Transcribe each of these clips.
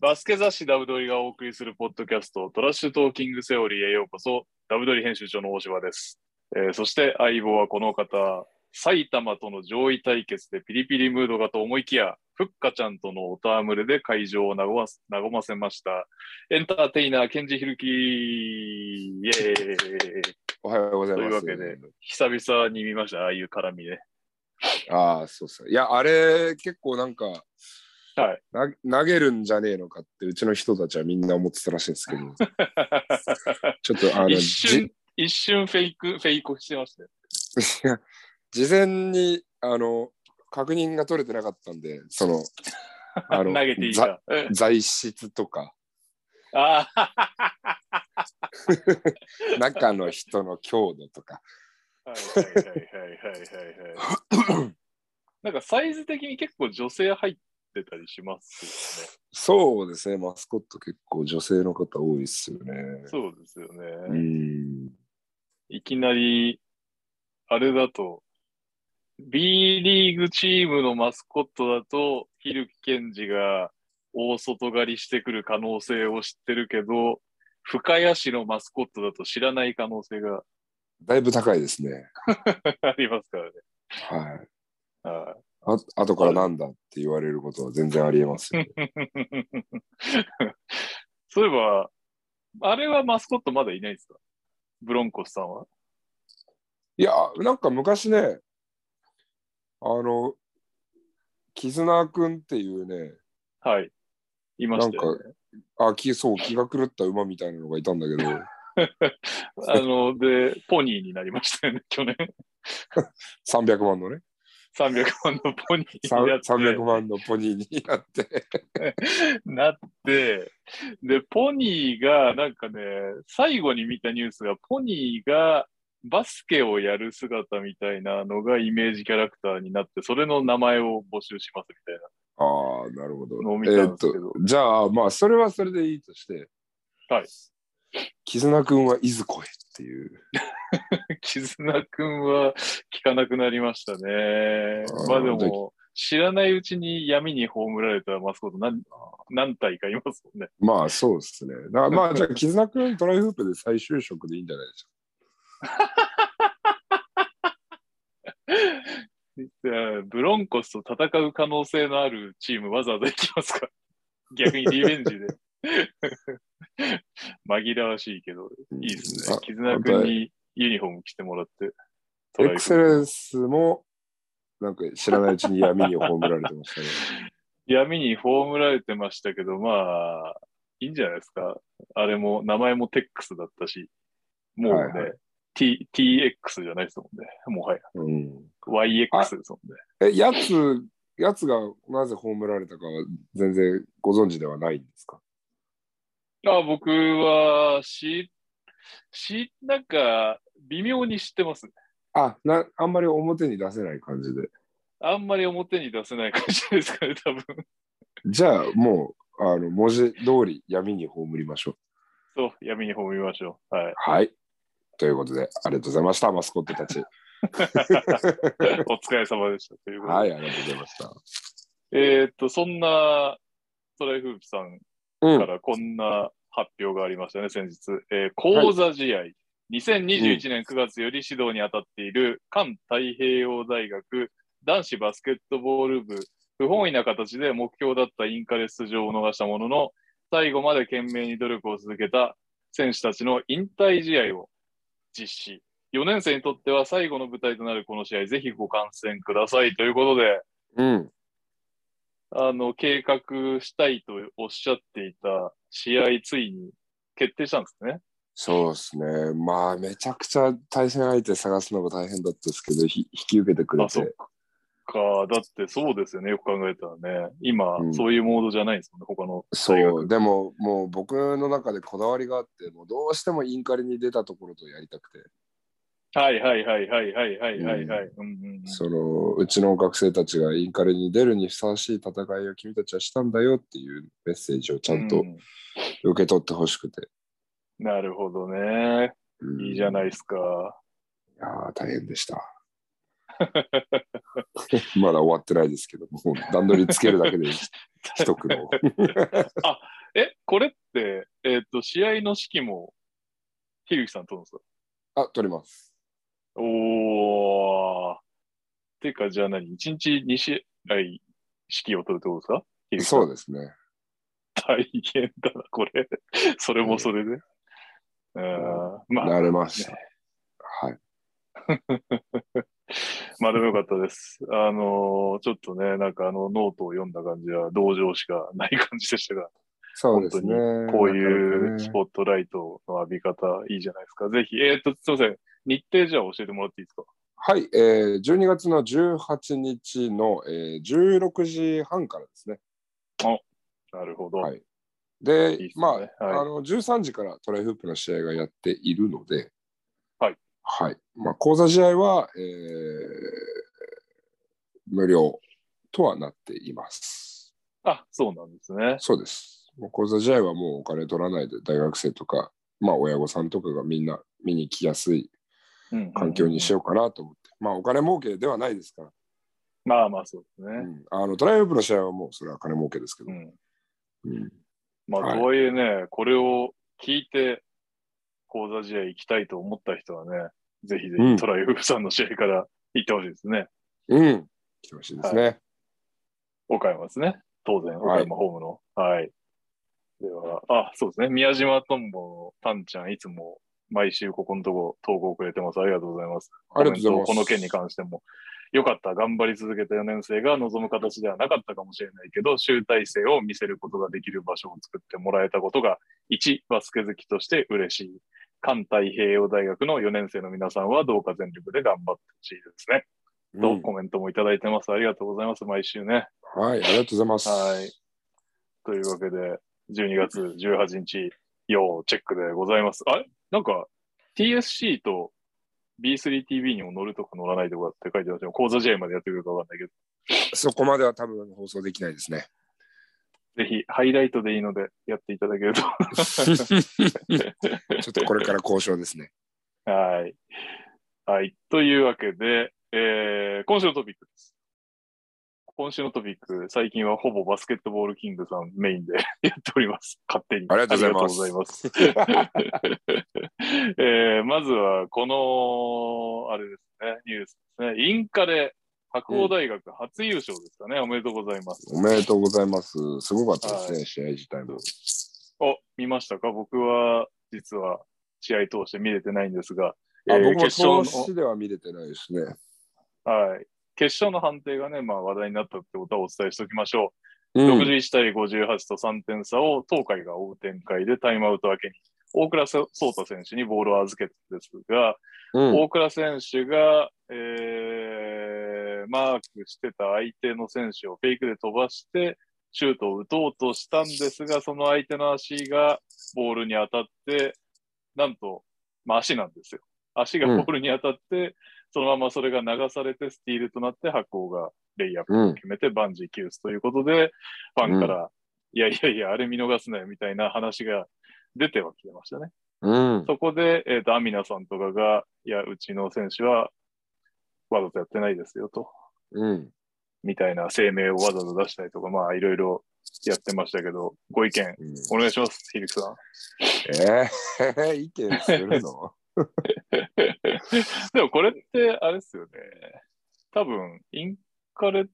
バスケ雑誌ダブドリがお送りするポッドキャスト、トラッシュトーキングセオリーへようこそ、ダブドリ編集長の大島です。えーそして相棒はこの方、埼玉との上位対決でピリピリムードがと思いきや、ふっかちゃんとのおたむれで会場を和ま和ませました。エンターテイナー、ケンジヒルキーイエーイおはようございます。というわけで久々に見ました、ああいう絡みね。ああ、そうっすね。いや、あれ、結構なんか、な投げるんじゃねえのかって、うちの人たちはみんな思ってたらしいんです けど、ちょっと、あの、一じ瞬、一瞬フェイク、フェイクしてましたよ。事前に、あの、確認が取れてなかったんで、その、あ投のげていいざか。うん材質とか、ああ、中の人の強度とか。はいはいはいはいはいはい。 なんかサイズ的に結構女性入ってたりしますそうですね、マスコット結構女性の方多いっすよね。よね。そうですよね。うん。いきなり、あれだと、B リーグチームのマスコットだと、ひるきけんじが大外刈りしてくる可能性を知ってるけど、深谷市のマスコットだと知らない可能性が だいぶ高いですね。ありますからね。はい。はいあ後からなんだって言われることは全然ありえますよね。 そういえば、あれはマスコットまだいないですかブロンコスさんは。いや、なんか昔ね、あの、絆くんっていうね、はい。いまなしんたかよ、あ、きそう、気が狂った馬みたいなのがいたんだ けど、あの、で、ポニーになりましたよね、 去年。 300万のね、 300万のポニーになって。 300万のポニーに なって、なって、で、ポニーが、なんかね、最後に見たニュースが、ポニーがバスケをやる姿みたいなのがイメージキャラクターになって、それの名前を募集しますみたいな。ああ、なるほど。飲みえたんーですっとけど、じゃあ、まあ、それはそれでいいとして、はい。絆くんはいずこへっていう。絆くんは聞かなくなりましたねあ。ーまあででも、知らないうちに闇に葬られたマスコット何何体かいますもんね。 まあ、そうですね。だからまあ、じゃあ、絆くんトライフープで再就職でいいんじゃないでしょじゃあブロンコスと戦う可能性のあるチームわざわざ行きます か逆にリベンジで。 紛らわしいけど、うか。いいですねあ。絆くんにユニフォーム着てもらって。トラエイクフセレンスも、なんか知らないうちに闇に葬られてま したね。闇に葬られてましたけど、まあ、いいんじゃないですか。あれも、名前もテックスだったし、もうね、はいは T、TX じゃないですもんね。もはや。うん、 YX ですもんね。え、やつ、やつがなぜ葬られたかは全然ご存知ではないんですかあ僕は、し、し、なんか、微妙に知ってます。あな、あんまり表に出せない感じで。あんまり表に出せない感じですかね、多分。じゃあ、もう、あの、文字通り闇に葬りましょう。そう、闇に葬りましょう。 はい。はい。ということで、ありがとうございました、マスコットたち。お疲れ様でした。ということで。はい、ありがとうございました。えーっと、そんな、トライフープさんうかん。らこんな発表がありましたね、先日。えー、講座試合、2021年9月より指導に当たっている環太平洋大学男子バスケットボール部、不本意な形で目標だったインカレ出場を逃したものの、最後まで懸命に努力を続けた選手たちの引退試合を実施。4年生にとっては最後の舞台となるこの試合、ぜひご観戦くださいということで、うん。あの、計画したいとおっしゃっていた試合、ついに決定したんですね。そうですね。まあ、めちゃくちゃ対戦相手探すのが大変だったですけど、ひ引き受けてくれ。あ、そってか。だってそうですよね。よく考えたらね。今、うんそういうモードじゃないですもんね。他の大学。そう、でも、もう僕の中でこだわりがあって、もうどうしてもインカレに出たところとやりたくて、はいはいはいはいはいはいはいはい。うんうんうんそのうちの学生たちがインカレに出るにふさわしい戦いを君たちはしたんだよっていうメッセージをちゃんうとん受け取ってほしくて。なるほどね。いいじゃないい。ですか。いやー大変でした。 まだ終わってないですけど、もう段取りつけるだけで一苦労。え、これって、えっ、と、試合の指揮も、ひるきさんとるんですかあ、取ります。おー。てか、じゃあ何 ?1 日2試合指揮を取るってことですかひるきさんそうですね。大変だな、これ。 それもそれで。うん、まあ、慣れました。はい。まあでもよかったです。あのーちょっとね、なんかあのノートを読んだ感じは同情しかない感じでしたが、そうですね。こういうスッポットライトの浴び方、いいじゃないですか。ぜひ、えーっと、すみません。日程じゃあ教えてもらっていいですかはい、えー、12月の18日の、えー、16時半からですね。なるほど。はいいで、いっすねまあ、はいあの13時からトライフープの試合がやっているので、はい。はい。まあ、講座試合は、えー、無料とはなっています。あ、そうなんですね。そうです。もう講座試合はもうお金取らないで、大学生とか、まあ、親御さんとかがみんな見に来やすいうんうんうん環境にしようかなと思って、まあ、お金儲けではないですから、まあまあそうですうね。ん、あのトライフープの試合はもうそれは金儲けですけどう、ん。うんまはあ、いとはいえね、これを聞いて、講座試合行きたいと思った人はね、ぜひぜうんひトライフープさんの試合から行ってほしいですね。うん、来てほしいですね。岡山ですね。当然、は岡い山ホームの。はい。では、あ、そうですね。宮島トンボのタンちゃん、いつも毎週ここのとこ投稿くれてます。ありがとうございます。ありがとうござコいメまンす。トこの件に関しても。よかった。頑張り続けた4年生が望む形ではなかったかもしれないけど、集大成を見せることができる場所を作ってもらえたことが、1、バスケ好きとして嬉しい。関太平洋大学の4年生の皆さんはどうか全力で頑張ってほしいですね。うとんコメントもいただいてます。ありがとうございます。毎週ね。はい、ありがとうございます。はい。というわけで、12月18日、要チェックでございます。あれなんか、TSC と B3TV にも乗るとか乗らないとかって書いてますよ。講座試合までやってくるかわかんないけそこまでは多分放送できないです ね。ど、ぜひハイライトでいいのでやっていただけると。ちょっとこれから交渉ですね。はい。はい。というわけで、えー今週のトピックです。今週のトピック、最近はほぼバスケットボールキングさんメインで やっております。勝手に。ありがとうございますありがとうございます。 えーまずは、この、あれですね、ニュースですね。インカレ、白鴎大学初優勝ですかね。おめでとうございます。おめでとうございます。すごかったですね、は試合自体も。お、見ましたか僕は、実は、試合通して見れてないんですが、あえー僕も決勝の投資では見れてないですね。はい。決勝の判定がね、まあ話題になったってことはお伝えしておきましょうう。ん、 61対58と3点差を東海が追う展開でタイムアウト明けに、大倉颯太選手にボールを預けたんですが、うん、大倉選手が、えーマークしてた相手の選手をフェイクで飛ばして、シュートを打とうとしたんですが、その相手の足がボールに当たって、なんと、まあ足なんですよ。足がボールに当たって、そのままそれが流されてスティールとなって、発行がレイアップうん、決めて万事休すということで、ファンから、いやいやいや、あれ見逃すなよみたいな話が出てはきてましたね。うん、そこで、えっ、と、アミナさんとかが、いや、うちの選手は、わざとやってないですよ、と、うん。みたいな声明をわざと出したりとか、まあ、いろいろやってましたけど、ご意見、うんお願いします、ひるきさん。 えー、 意見するのでも、これって、あれですよね。多分、インカレっ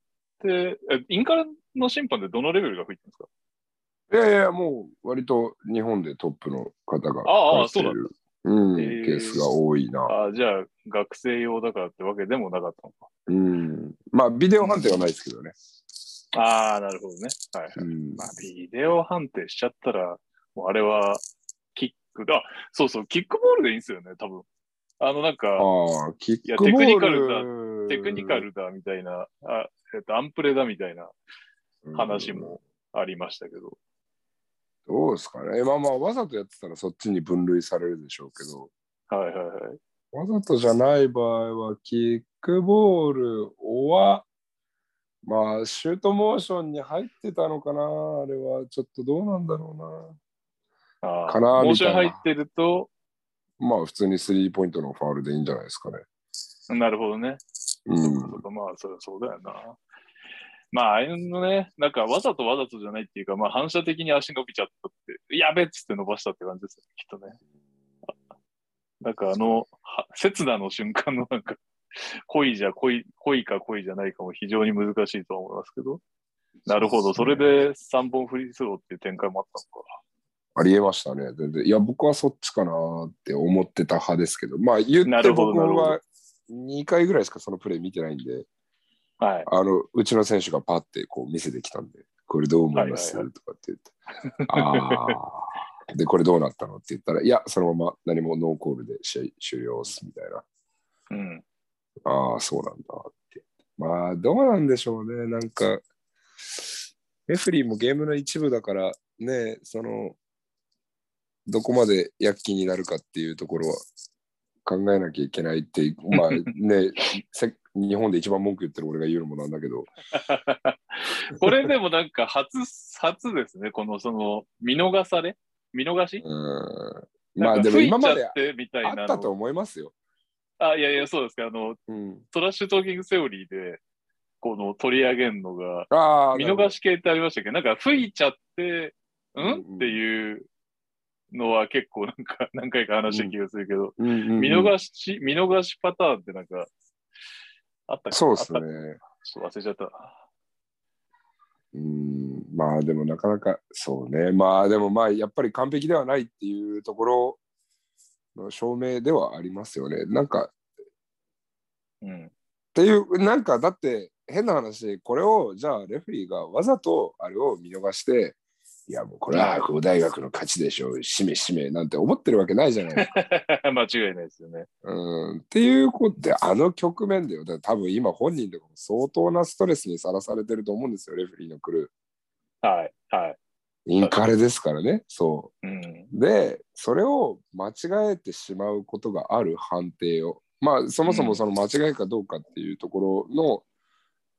て、えインカレの審判ってどのレベルが吹いてるんですかいやいや、もう割と日本でトップの方がああ書そういてなんるうん、へーケースが多いな。ああ、じゃあ、学生用だからってわけでもなかったのか。うん、まあ、ビデオ判定はないですけどね。ああ、なるほどね。はい。うんまあ、ビデオ判定しちゃったら、もうあれは、キックだ。そうそう、キックボールでいいんですよね、多分。あの、なんか、ああ、キックやボール。テクニカルテクニカルだみたいな、あえっと、アンプレだみたいな話もありましたけど。うん。どうですかね。まあまあ、わざとやってたらそっちに分類されるでしょうけど、はいはいはい。わざとじゃない場合は、キックボールは、まあ、シュートモーションに入ってたのかな。あれは、ちょっとどうなんだろあーかなーモーションみたい入なってると、うな。まあ、普通にスリーポイントのファウルでいいんじゃないですかね。なるほどね。うそん。うかまあ、そりゃそうだよな。まあ、あれのね、なんかわざとわざとじゃないっていうか、まあ反射的に足伸びちゃったって、やべっつって伸ばしたって感じですよね、きっとね。なんかあの、は刹那の瞬間のなんか、恋じゃ恋、恋か恋じゃないかも非常に難しいとは思いますけど。なるほど、それで3本フリースローっていう展開もあったのか。ありえましたね。全然。いや、僕はそっちかなって思ってた派ですけど、まあ言なってるほど僕なは2回ぐらいしかそのプレー見てないんで、はい。あの、うちの選手がパッてこう見せてきたんで、これどう思います、はいとかって言って、ああ。で、これどうなったのって言ったら、いや、そのまま何もノーコールで試合終了っすみたいな。うん。ああ、そうなんだって。まあ、どうなんでしょうね。なんか、レフェリーもゲームの一部だから、ね、その、どこまで躍起になるかっていうところは考えなきゃいけないって、 まあね、せ日本で一番文句言ってる俺が言うのもなんだけど、これでもなんか初、初ですね、この、その、見逃され見逃しうん。まなんあ、かでも吹い今まちでゃってみたいなの。あったと思いますよ。あ、いやいや、そうですか。あの、うん、トラッシュトーキングセオリーで、この取り上げるのが、ああ、見なるほ逃どし系ってありましたけど、なんか吹いちゃって、ううんんうんっていうのは結構なんか、 何回か話した気がするけど、うんうんうん見逃し、見逃しパターンってなんか、あったっけそうですあねった。ちょっと忘れちゃった。うんまあでもなかなかそうねまあでもまあやっぱり完璧ではないっていうところの証明ではありますよねなんかっうん。 ていうなんかだって変な話これをじゃあレフェリーがわざとあれを見逃していやもうこれは白鵬大学の勝ちでしょうしめしめなんて思ってるわけないじゃないです か間違いないですよね。うんっていうことであの局面だよだから多分今本人とかも相当なストレスにさらされてると思うんですよレフェリーの来るはい。はい。インカレですからねそううん。でそれを間違えてしまうことがある判定をまあそもそもその間違いかどうかっていうところの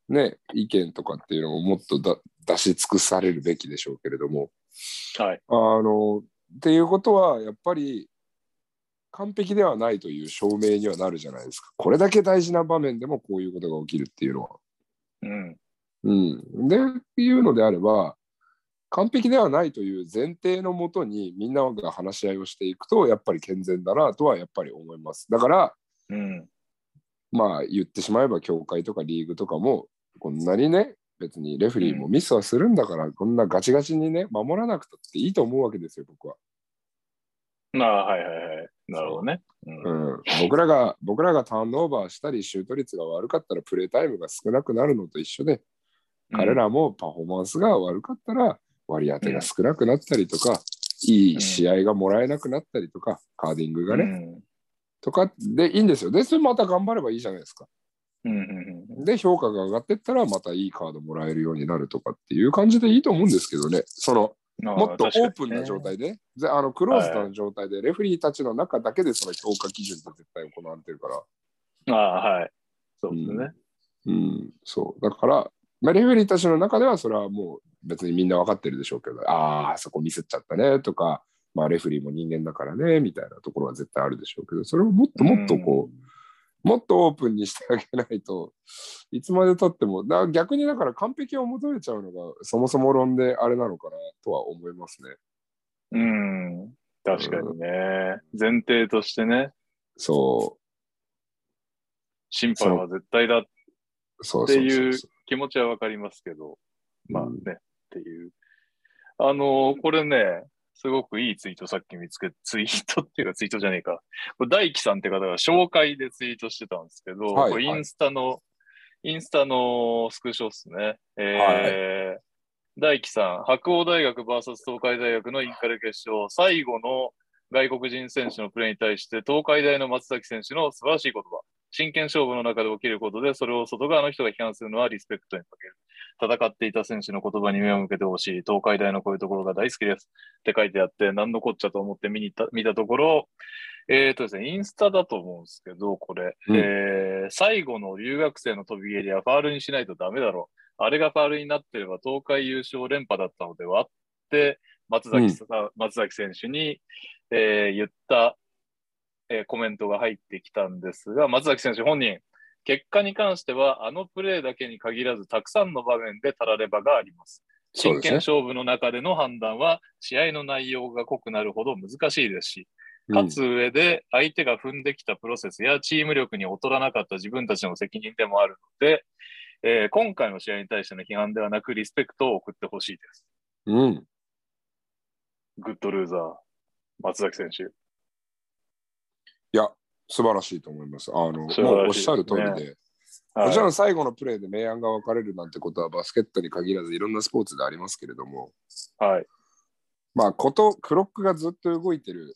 ね意見とかっていうのももっとだ出し尽くされるべきでしょうけれどもはい。あのっていうことはやっぱり完璧ではないという証明にはなるじゃないですかこれだけ大事な場面でもこういうことが起きるっていうのは。うん。うん、でいうのであれば完璧ではないという前提のもとにみんなが話し合いをしていくとやっぱり健全だなとはやっぱり思いますだからうん。まあ言ってしまえば協会とかリーグとかもこんなにね別にレフェリーもミスはするんだから、こんなガチガチにね守らなくたっていいと思うわけですよ僕は、まあ、はいはいはい。なるほどね。うんうん、僕らが僕らがターンオーバーしたりシュート率が悪かったらプレータイムが少なくなるのと一緒で彼らもパフォーマンスが悪かったら割り当てが少なくなったりとか、いい試合がもらえなくなったりとか、カーディングがね、うんとかでいいんですよ。で、それまた頑張ればいいじゃないですか。うんうんうんで、評価が上がってったら、またいいカードもらえるようになるとかっていう感じでいいと思うんですけどね、そのまあもっとオ確かにープンな状態で、であのクローズドな状態で、レフェリーたちの中だけでその評価基準って絶対行われてるから。ねああ、はい。そうですね。うん、そう。だから、まあ、レフェリーたちの中ではそれはもう別にみんな分かってるでしょうけど、ああ、そこミスっちゃったねとか、まあ、レフェリーも人間だからねみたいなところは絶対あるでしょうけど、それをもっともっとこう、もっとオープンにしてあげないといつまでたっても、だ逆にだから完璧を求めちゃうのがそもそも論であれなのかなとは思いますね。うん。確かにね。前提としてね、そ審判は絶対だっう、そうてそうそういそうう。気持ちはわかりますけど、まあうねん、っていう。あのーこれね、すごくいいツイートさっき見つけ、ツイートっていうかツイートじゃねえか。これ大輝さんって方が紹介でツイートしてたんですけど、はいこれイはいンスタの、インスタのスクショっすね。えー大輝さん、白鴎大学 VS 東海大学のインカレ決勝、最後の外国人選手のプレーに対して、東海大の松崎選手の素晴らしい言葉。真剣勝負の中で起きることで、それを外側の人が批判するのはリスペクトに欠ける。戦っていた選手の言葉に目を向けてほしい。東海大のこういうところが大好きです。って書いてあって、何のこっちゃと思って見に行った見たところ、えっ、とですね、インスタだと思うんですけど、これ、うんえー最後の留学生の飛び蹴りはファールにしないとダメだろう。あれがファールになってれば東海優勝連覇だったのではって、松崎さ、松崎選手に、えー言った、えーコメントが入ってきたんですが、松崎選手本人、結果に関しては、あのプレーだけに限らず、たくさんの場面でたらればがあります。そう真です剣ね。勝負の中での判断は、試合の内容が濃くなるほど難しいですし、う勝んつ上で相手が踏んできたプロセスやチーム力に劣らなかった自分たちの責任でもあるので、えー今回の試合に対しての批判ではなくリスペクトを送ってほしいです。うん。グッドルーザー、松崎選手。いや、素晴らしいと思います。あの、も素晴らしいですねうおっしゃる通りで、はいもちろん最後のプレーで明暗が分かれるなんてことはバスケットに限らずいろんなスポーツでありますけれども、はい。まあ、こと、クロックがずっと動いてる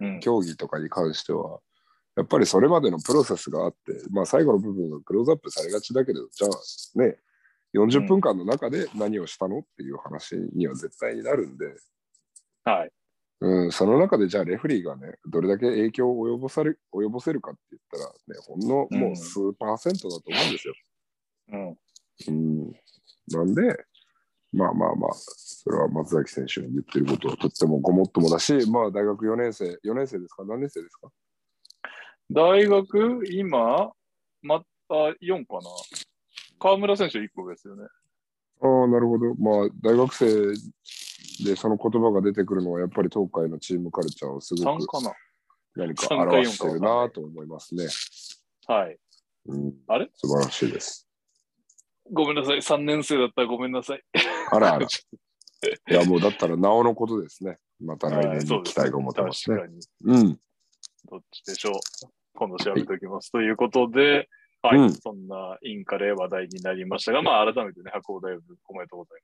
うん、競技とかに関しては、やっぱりそれまでのプロセスがあって、まあ、最後の部分がクローズアップされがちだけど、じゃあね、40分間の中で何をしたのっていう話には絶対になるんで、はい。うん、その中でじゃあレフェリーがね、どれだけ影響を及ぼされ及ぼせるかって言ったら、ね、ほんのもう数パーセントだと思うんですよ。うん。うん、なんで、まあまあまあ、それは松崎選手の言ってることはとってもごもっともだし、まあ大学4年生、4年生ですか何年生ですか大学、今、また4かな。河村選手1個ですよね。ああ、なるほど。まあ大学生でその言葉が出てくるのは、やっぱり東海のチームカルチャーをすご3くか何か三か表して四るかなと思いますね。な。はい。うん、あれ素晴らしいです。ごめんなさい。3年生だったらごめんなさい。あらあ ら。いや、もうだったらなおのことですね。また来はい年そうにです期待が持てますね。確かに。うん。どっちでしょう。今度調べておきます。ということで、はい、うんそんなインカレ話題になりましたが、まあ、改めてね、白鵬大学おめでとうござい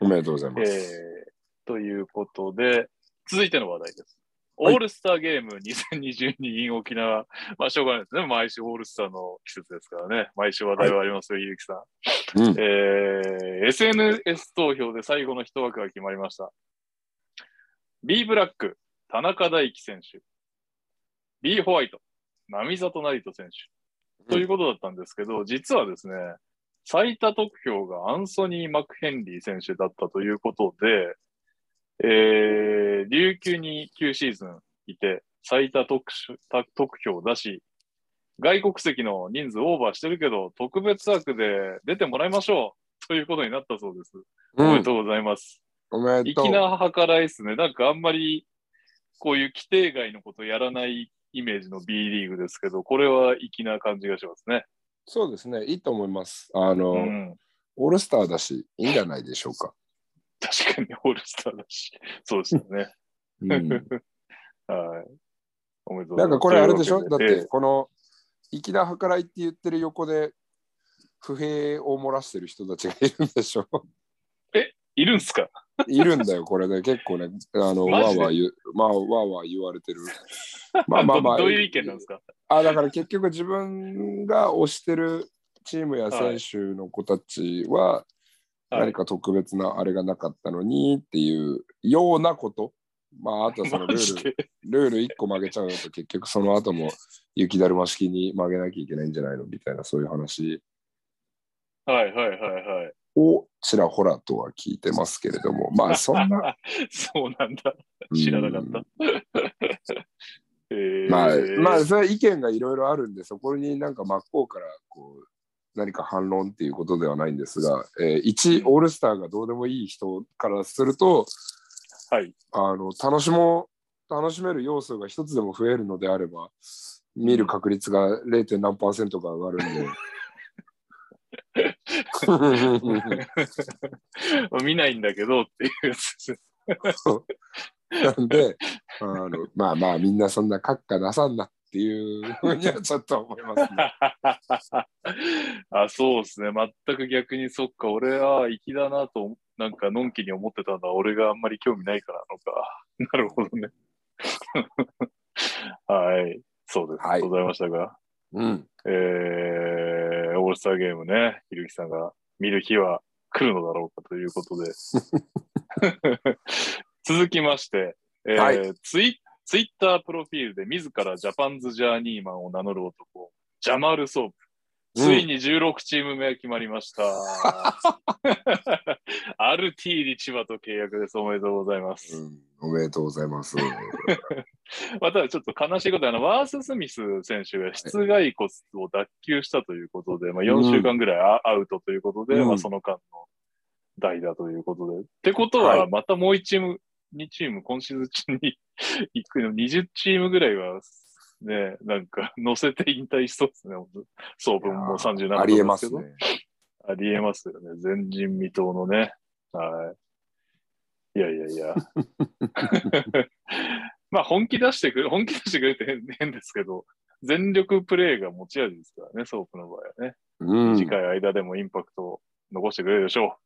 おめでとうございまます。す。えー、ということで、続いての話題です。オはいールスターゲーム2022 in 沖縄。まあ、しょうがないですね。毎週オールスターの季節ですからね。毎週話題はありますよ、ゆうきさん。うん。えー SNS 投票で最後の一枠が決まりました。B ブラック、田中大輝選手。B ホワイト、並里成人選うん手。ということだったんですけど、実はですね、最多得票がアンソニー・マクヘンリー選手だったということで、えー琉球に9シーズンいて、最多得票得票だし、外国籍の人数オーバーしてるけど、特別枠で出てもらいましょうということになったそうです。うおめでん、とうございます。おめでとう粋。な計らいですね。なんかあんまりこういう規定外のことやらないイメージの B リーグですけど、これは粋な感じがしますね。そうですね。いいと思います。あの、うん。オールスターだし、いいんじゃないでしょう か。確かにオールスターだし。そうですよね。うん、はい。おめでとうござないます。んかこれあれでしょというだわっけでて、この、粋な計らいって言ってる横で、不平を漏らしてる人たちがいるんでしょ いるんすかいるんだよ、これね。結構ね、あの、マわジーでわー言う、まあ、わーわー言わ れてる。まあまあまあ。どどういう意見なんですかあだから結局自分が推してるチームや選手の子たちははい何か特別なあれがなかったのにっていうようなこと、まああとはそのマルジールで。ルール1個曲げちゃうと結局その後も雪だるま式に曲げなきゃいけないんじゃないのみたいなそういう話はいはいはいはい。をちらほらとは聞いてますけれどもまあそんなそうなんだ。 知らなかったうん。 えーまあまあそれは意見がいろいろあるんでそこになんか真っ向からこう何か反論っていうことではないんですが、えー、1オールスターがどうでもいい人からするとはい。あの楽しも楽しめる要素が一つでも増えるのであれば見る確率が 0. 何パーセントか上がるんで。見ないんだけどっていうやつです。なんであのまあまあみんなそんな閣下なさんなっていうふうにはちょっと思いますね。 あ、そうですね。全く逆に、そっか、俺は粋だなと、なんか、のんきに思ってたのは、俺があんまり興味ないからなのか。なる ほどね。はい。そうです。はいございましたが。うん、えー、オールスターゲームね、ひるきさんが見る日は来るのだろうかということで。 続きまして、えーはツイツイッタープロフィールで自らジャパンズジャーニーマンを名乗る男、ジャマール・ソープ。ついに16チーム目が決まりました。アルティーリ千葉と契約です。おめでとうございます。うんおめでとうござ います。まあ、ただちょっと悲しいことはあの、ワース・スミス選手が室外骨を脱臼したということで、まあ、4週間ぐらいア,、ウトということで、うんまあ、その間の代打ということで。ってことはは、またもう1チーム、2チーム、今シーズン中に行くの、20チームぐらいは、ね、なんか乗せて引退しそうですね。総分も37分ありえまですけどね。ありえますよね。前人未到のね。はい。いやいやい や。まあ本気出してくる、本気出してくれって変変ですけど、全力プレーが持ち味ですからね、ソープの場合はね。うん。短い間でもインパクトを残してくれるでしょ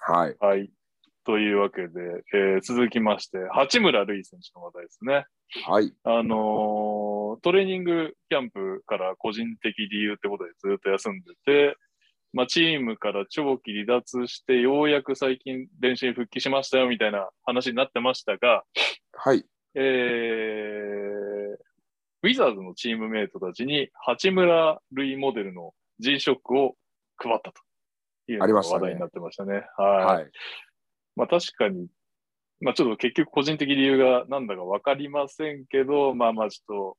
はい。う。はい。というわけで、えー続きまして、八村塁選手の話題ですね。はい。あのートレーニングキャンプから個人的理由ってことでずっと休んでて、まあ、チームから長期離脱して、ようやく最近練習に復帰しましたよみたいな話になってましたが、はい。えーウィザーズのチームメイトたちに八村塁モデルの G ショックを配ったというのありがましたね話題になってましたね。はいはい。まあ確かに、まあちょっと結局個人的理由がなんだかわかりませんけど、まあまあちょっと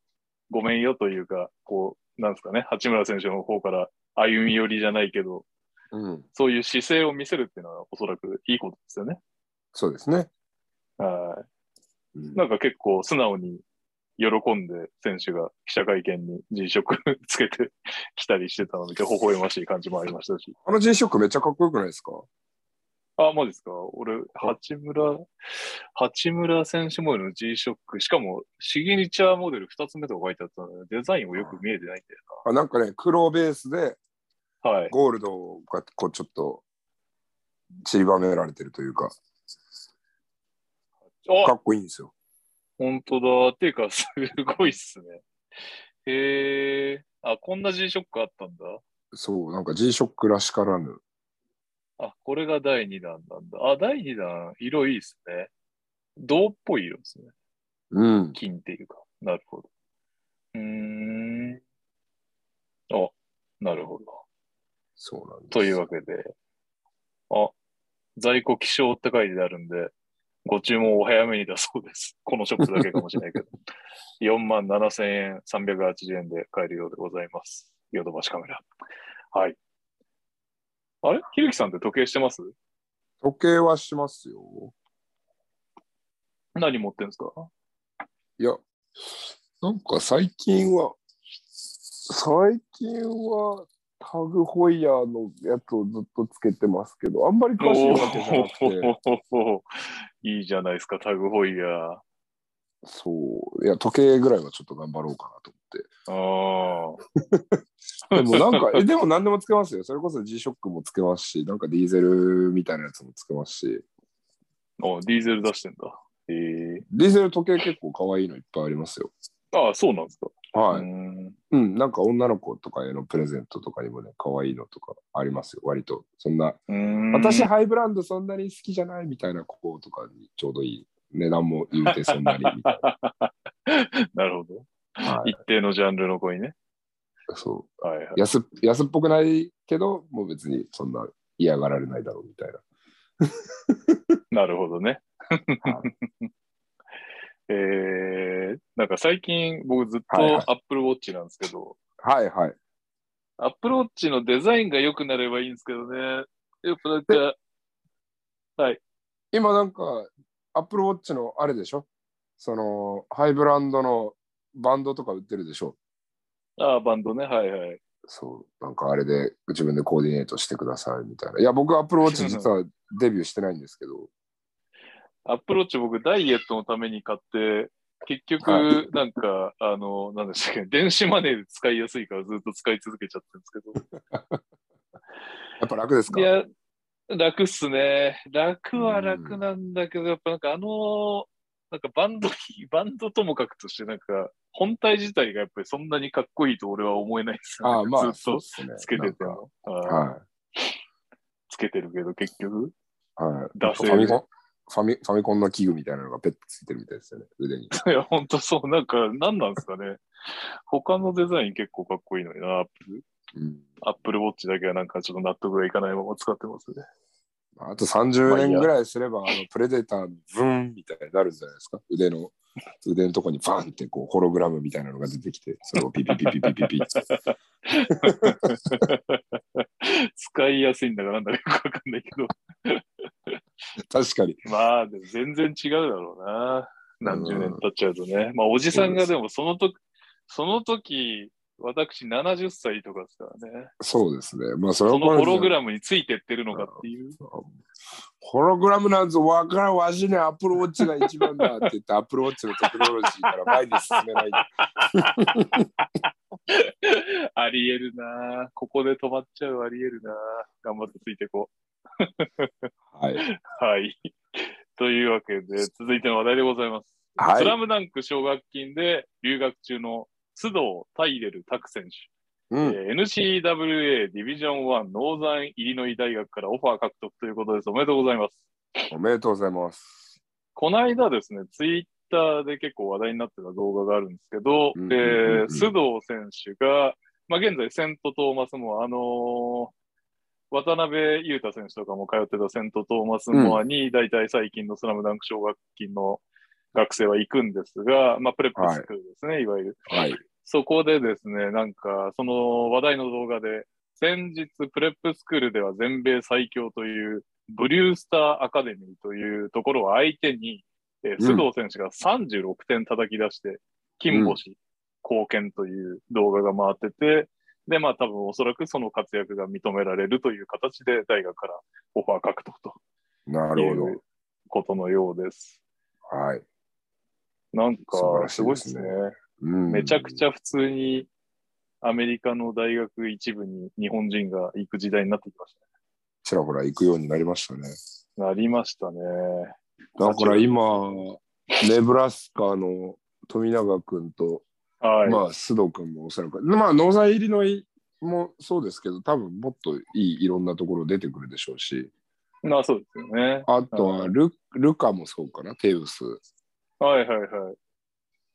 ごめんよというか、こう、なんですかね、八村選手の方から歩み寄りじゃないけど、うん。そういう姿勢を見せるっていうのはおそらくいいことですよね。そうですね。はうんい。なんか結構素直に喜んで選手が記者会見に G 職 つけてきたりしてたので、微笑ましい感じもありましたし。あの G ショックめっちゃかっこよくないですかあ、マジですか俺、八村、八村選手モデルの G ショック、しかも、シギニチャーモデル2つ目とか書いてあったので、デザインもよく見えてないんだよあなんかね、黒ベースでな。はい。ゴールドがこうちょっと散りばめられてるというか、かあ、っこいいんですよ。本当だ。っていうか、すごいっすね。へえ。あ、こんな G ショックあったんだ。そう、なんか G ショックらしからぬ。あ、これが第2弾なんだ。あ、第2弾、色いいっすね。銅っぽい色ですね。うん。金っていうか。なるほど。うーん。あ、なるほど。そうなんです。というわけで、あ、在庫希少って書いてあるんで、ご注文お早めにだそうです。 このショップだけかもしれないけど。4万7000円、380円で買えるようでございます。ヨドバシカメラ。はい。あれひるきさんって時計してます時計はしますよ。何持ってんですかいや、なんか最近は、最近はタグホイヤーのやつをずっとつけてますけど、あんまり詳しいわけじゃなくて、おーいいじゃないですか、タグホイヤー。そう、いや、時計ぐらいはちょっと頑張ろうかなと思って。あ でも なんか、えでも何でもつけますよ。それこそ G-SHOCK もつけますし、なんかディーゼルみたいなやつもつけますし、あ。おディーゼル出してんだ。えディーゼル時計結構可愛いのいっぱいありますよ。ー、ああ、そうなんですか。はうーい。んうん、なんか女の子とかへのプレゼントとかにもね、可愛いのとかありますよ、割と。そんな、うーん私ハイブランドそんなに好きじゃないみたいな子とかにちょうどいい。値段も言うてそ んなにみたい なるほど。な。はい、一定のジャンルの子にね。そ。はいはいう安っ安っぽくないけど、もう別にそんな嫌がられないだろうみたいな。なるほどね。は えー、なんか最近僕ずっはいはいと Apple Watch なんですけど、はいはい。 Apple Watch のデザインが良くなればいいんですけどね。やっぱなんか、今なんか、アップルウォッチのあれでしょその、ハイブランドのバンドとか売ってるでしょああ、バンドね。はいはい。そう、なんかあれで自分でコーディネートしてくださいみたいな。いや、僕アップルウォッチ実はデビューしてないんですけど、 Apple Watch 僕ダイエットのために買って、結は局、なんか、あの、なんでしたっけ、電子マネーで使いやすいからずっと使い続けちゃってるんですけど。やっぱ楽ですかいや、楽っすね。楽は楽なんだけど、やっぱなんかあの、なんかバンドに、 バンドともかくとして、なんか本体自体がやっぱりそんなにかっこいいと俺は思えないですよね。ああ、まあ、ずっそうっとすね。つけててなんも。あかあはい。つけてるけど、結局。 はい。惰性ファミコンファミファミコンの器具みたいなのがペットついてるみたいですよね、腕に。いや、ほんとそう、なんか、なんなんですかね。他のデザイン結構かっこいいのにな。アップルうん、アップルウォッチだけはなんかちょっと納得がいかないまま使ってますね。 あと30年ぐらいすれば、あのプレデターのブンみたいになるんじゃないですか。腕の、腕のとこにバンってこうホログラムみたいなのが出てきて、それをピピピピピピ ピ。使いやすいんだかなんだかよくわかんないけど。確かに。まあ、でも全然違うだろうな。何十年経っちゃうとね。まあ、おじさんがでもその時、その時、私70歳とかですからね。そうですね。まあそれそはのホログム。ラムについてってるのかっていう。 ホログラムなんぞわからんわしにアップルウォッチが一番だって言って、アップルウォッチのテクノロジーから前に進めない。ありえるな。ここで止まっちゃうありえるな。頑張ってついていこはい。う。はい。 というわけで、続いての話題でございます。はスラい。ムダンク奨学金で留学中の須藤タイデル拓選手。うん。えー NCWA ディビジョン1ノーザンイリノイ大学からオファー獲得ということです。おめでとうございます。おめでとうございます。この間ですね、ツイッターで結構話題になってた動画があるんですけど、うんうんうんうんえー須藤選手が、まあ、現在セントトーマスも、あのー渡辺裕太選手とかも通ってたセントトーマスモアに、大体最近のスラムダンク奨学金の学生は行くんですが、まあ、プレップスクールですね、いわゆる。はい。そこでですね、なんか、その話題の動画で、先日、プレップスクールでは全米最強という、ブリュースターアカデミーというところを相手に、えーう須ん藤選手が36点叩き出して、金星、貢献という動画が回ってて、で、まあ多分おそらくその活躍が認められるという形で大学からオファー獲得となるいほうことのようです。ど。はい。なんか素晴ら、しすいごいでですすねね。うんめちゃくちゃ普通にアメリカの大学一部に日本人が行く時代になってきましちらほら行くようになりましたね。た。なりましたね。だから今、ネブラスカの富永君と、はい。まあ、須藤君もおそらく、まあ、ノーザン入りのもそうですけど、多分もっといいいろんなところ出てくるでしょうし、まあそうですよね。あとはル,、ルカもそうかな、テウス。はいはいは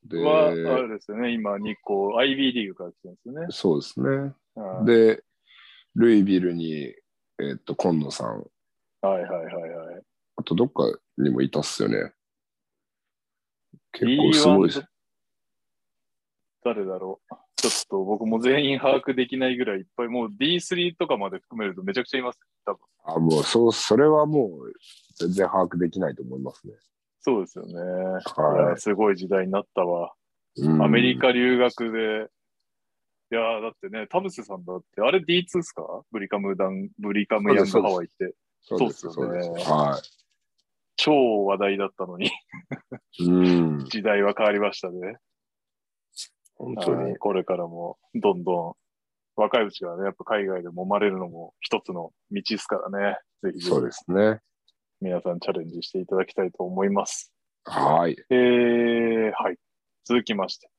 でい。、は、あれですよね。今、日光、IB リーグから来てるんですよね。そうですね。はいで、ルイビルに、えっと、今野さはん、いはいはいはい。あとどっかにもいたっすよね。結構すごい D1 でとす。誰だろう。ちょっと僕も全員把握できないぐらいいっぱい、もう D3 とかまで含めるとめちゃくちゃいます。多分。あ、もう、そう、それはもう、全然把握できないと思いますね。そうですよね。いはやすごい時代になったわ。い。うんアメリカ留学で、いやーだってね、田臥さんだって、あれ D2 っすかブリカムダン、ブリカムヤングハワイって、そうですよそうですよねそうですは超話題だったの に、い。うん。時代は変わりましたね。本当はにい。これからも、どんどん、若いうちからね、やっぱ海外で揉まれるのも一つの道ですからね、ぜひぜひそうですね。皆さんチャレンジしていただきたいと思います。はい。えー、はい。続きまして。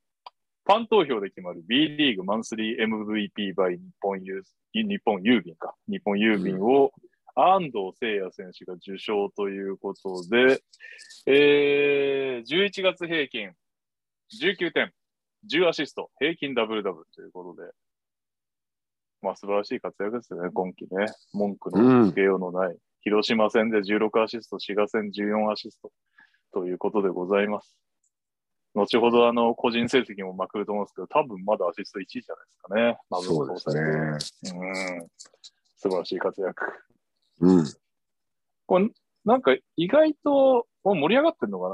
ファン投票で決まる B リーグマンスリー MVP by 日本郵日本郵便か。日本郵便を安藤誠也選手が受賞ということで、えー、11月平均19点、10アシスト、平均ダブルダブルということで、まあ素晴らしい活躍ですよね、今季ね。文句のつけようのない。広島戦で16アシスト、滋賀戦14アシストということでございます。後ほどあの個人成績もまくると思うんですけど、多分まだアシスト1位じゃないですかね。そうですね。うん。素晴らしい活躍。うん。これ、なんか意外ともう盛り上がってんのか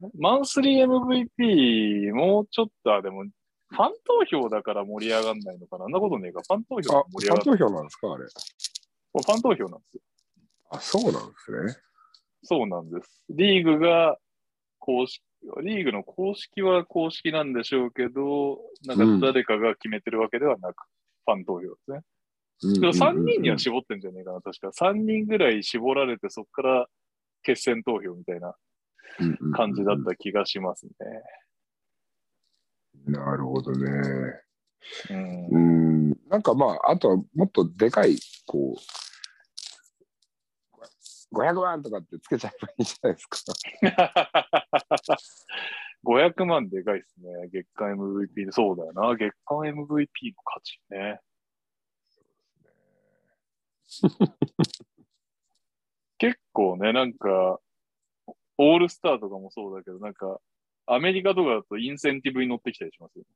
なマンスリー MVP、もうちょっと、あ、でも、ファン投票だから盛り上がんないのかなあんなことねえか。ファン投票あが、盛り上ファがンる。投票なんですかあれ。もうファン投票なんですよ。あ、そうなんですね。そうなんです。リーグが公式、リーグの公式は公式なんでしょうけど、なんか誰かが決めてるわけではなく、ファン投票ですね。うんでも3人にはうん絞ってんじゃねえかな、確か。3人ぐらい絞られて、そこから決選投票みたいなうんうん感じだった気がしますね。なるほどね。うんうん。なんかまあ、あとはもっとでかい、こう、500万とかってつけちゃえばいいんじゃないですか。 500万でかいですね。月間 MVP で。そうだよな。月間 MVP の価値 ね。構ね、なんか、オールスターとかもそうだけど、なんか、アメリカとかだとインセンティブに乗ってきたりしますよね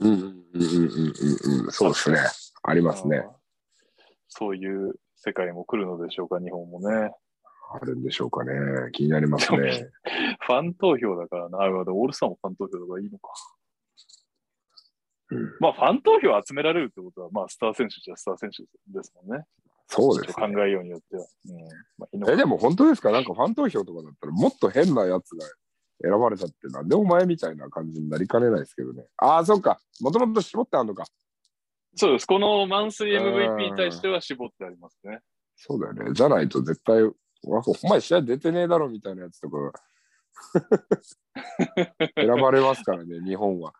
うんうんうんうんうんうん。そうですね。ありますね。。そういう世界も来るのでしょうか、日本もね。あるんでしょうかね。気になりますね。ファン投票だからな。あでもオールスターもファン投票だからいいのか。うんまあ、ファン投票集められるってことは、まあ、スター選手じゃスター選手ですもんね。そうですちょっと考えようによっては。うんまあいいのかえ、でも本当ですかなんかファン投票とかだったら、もっと変なやつが選ばれたって、なんでお前みたいな感じになりかねないですけどね。ああ、そっか。もともと絞ってあるのか。そうです。このマンスリー MVP に対しては絞ってありますね。そうだよね。じゃないと絶対、わお前試合出てねえだろみたいなやつと か、選ばれますからね、日本は。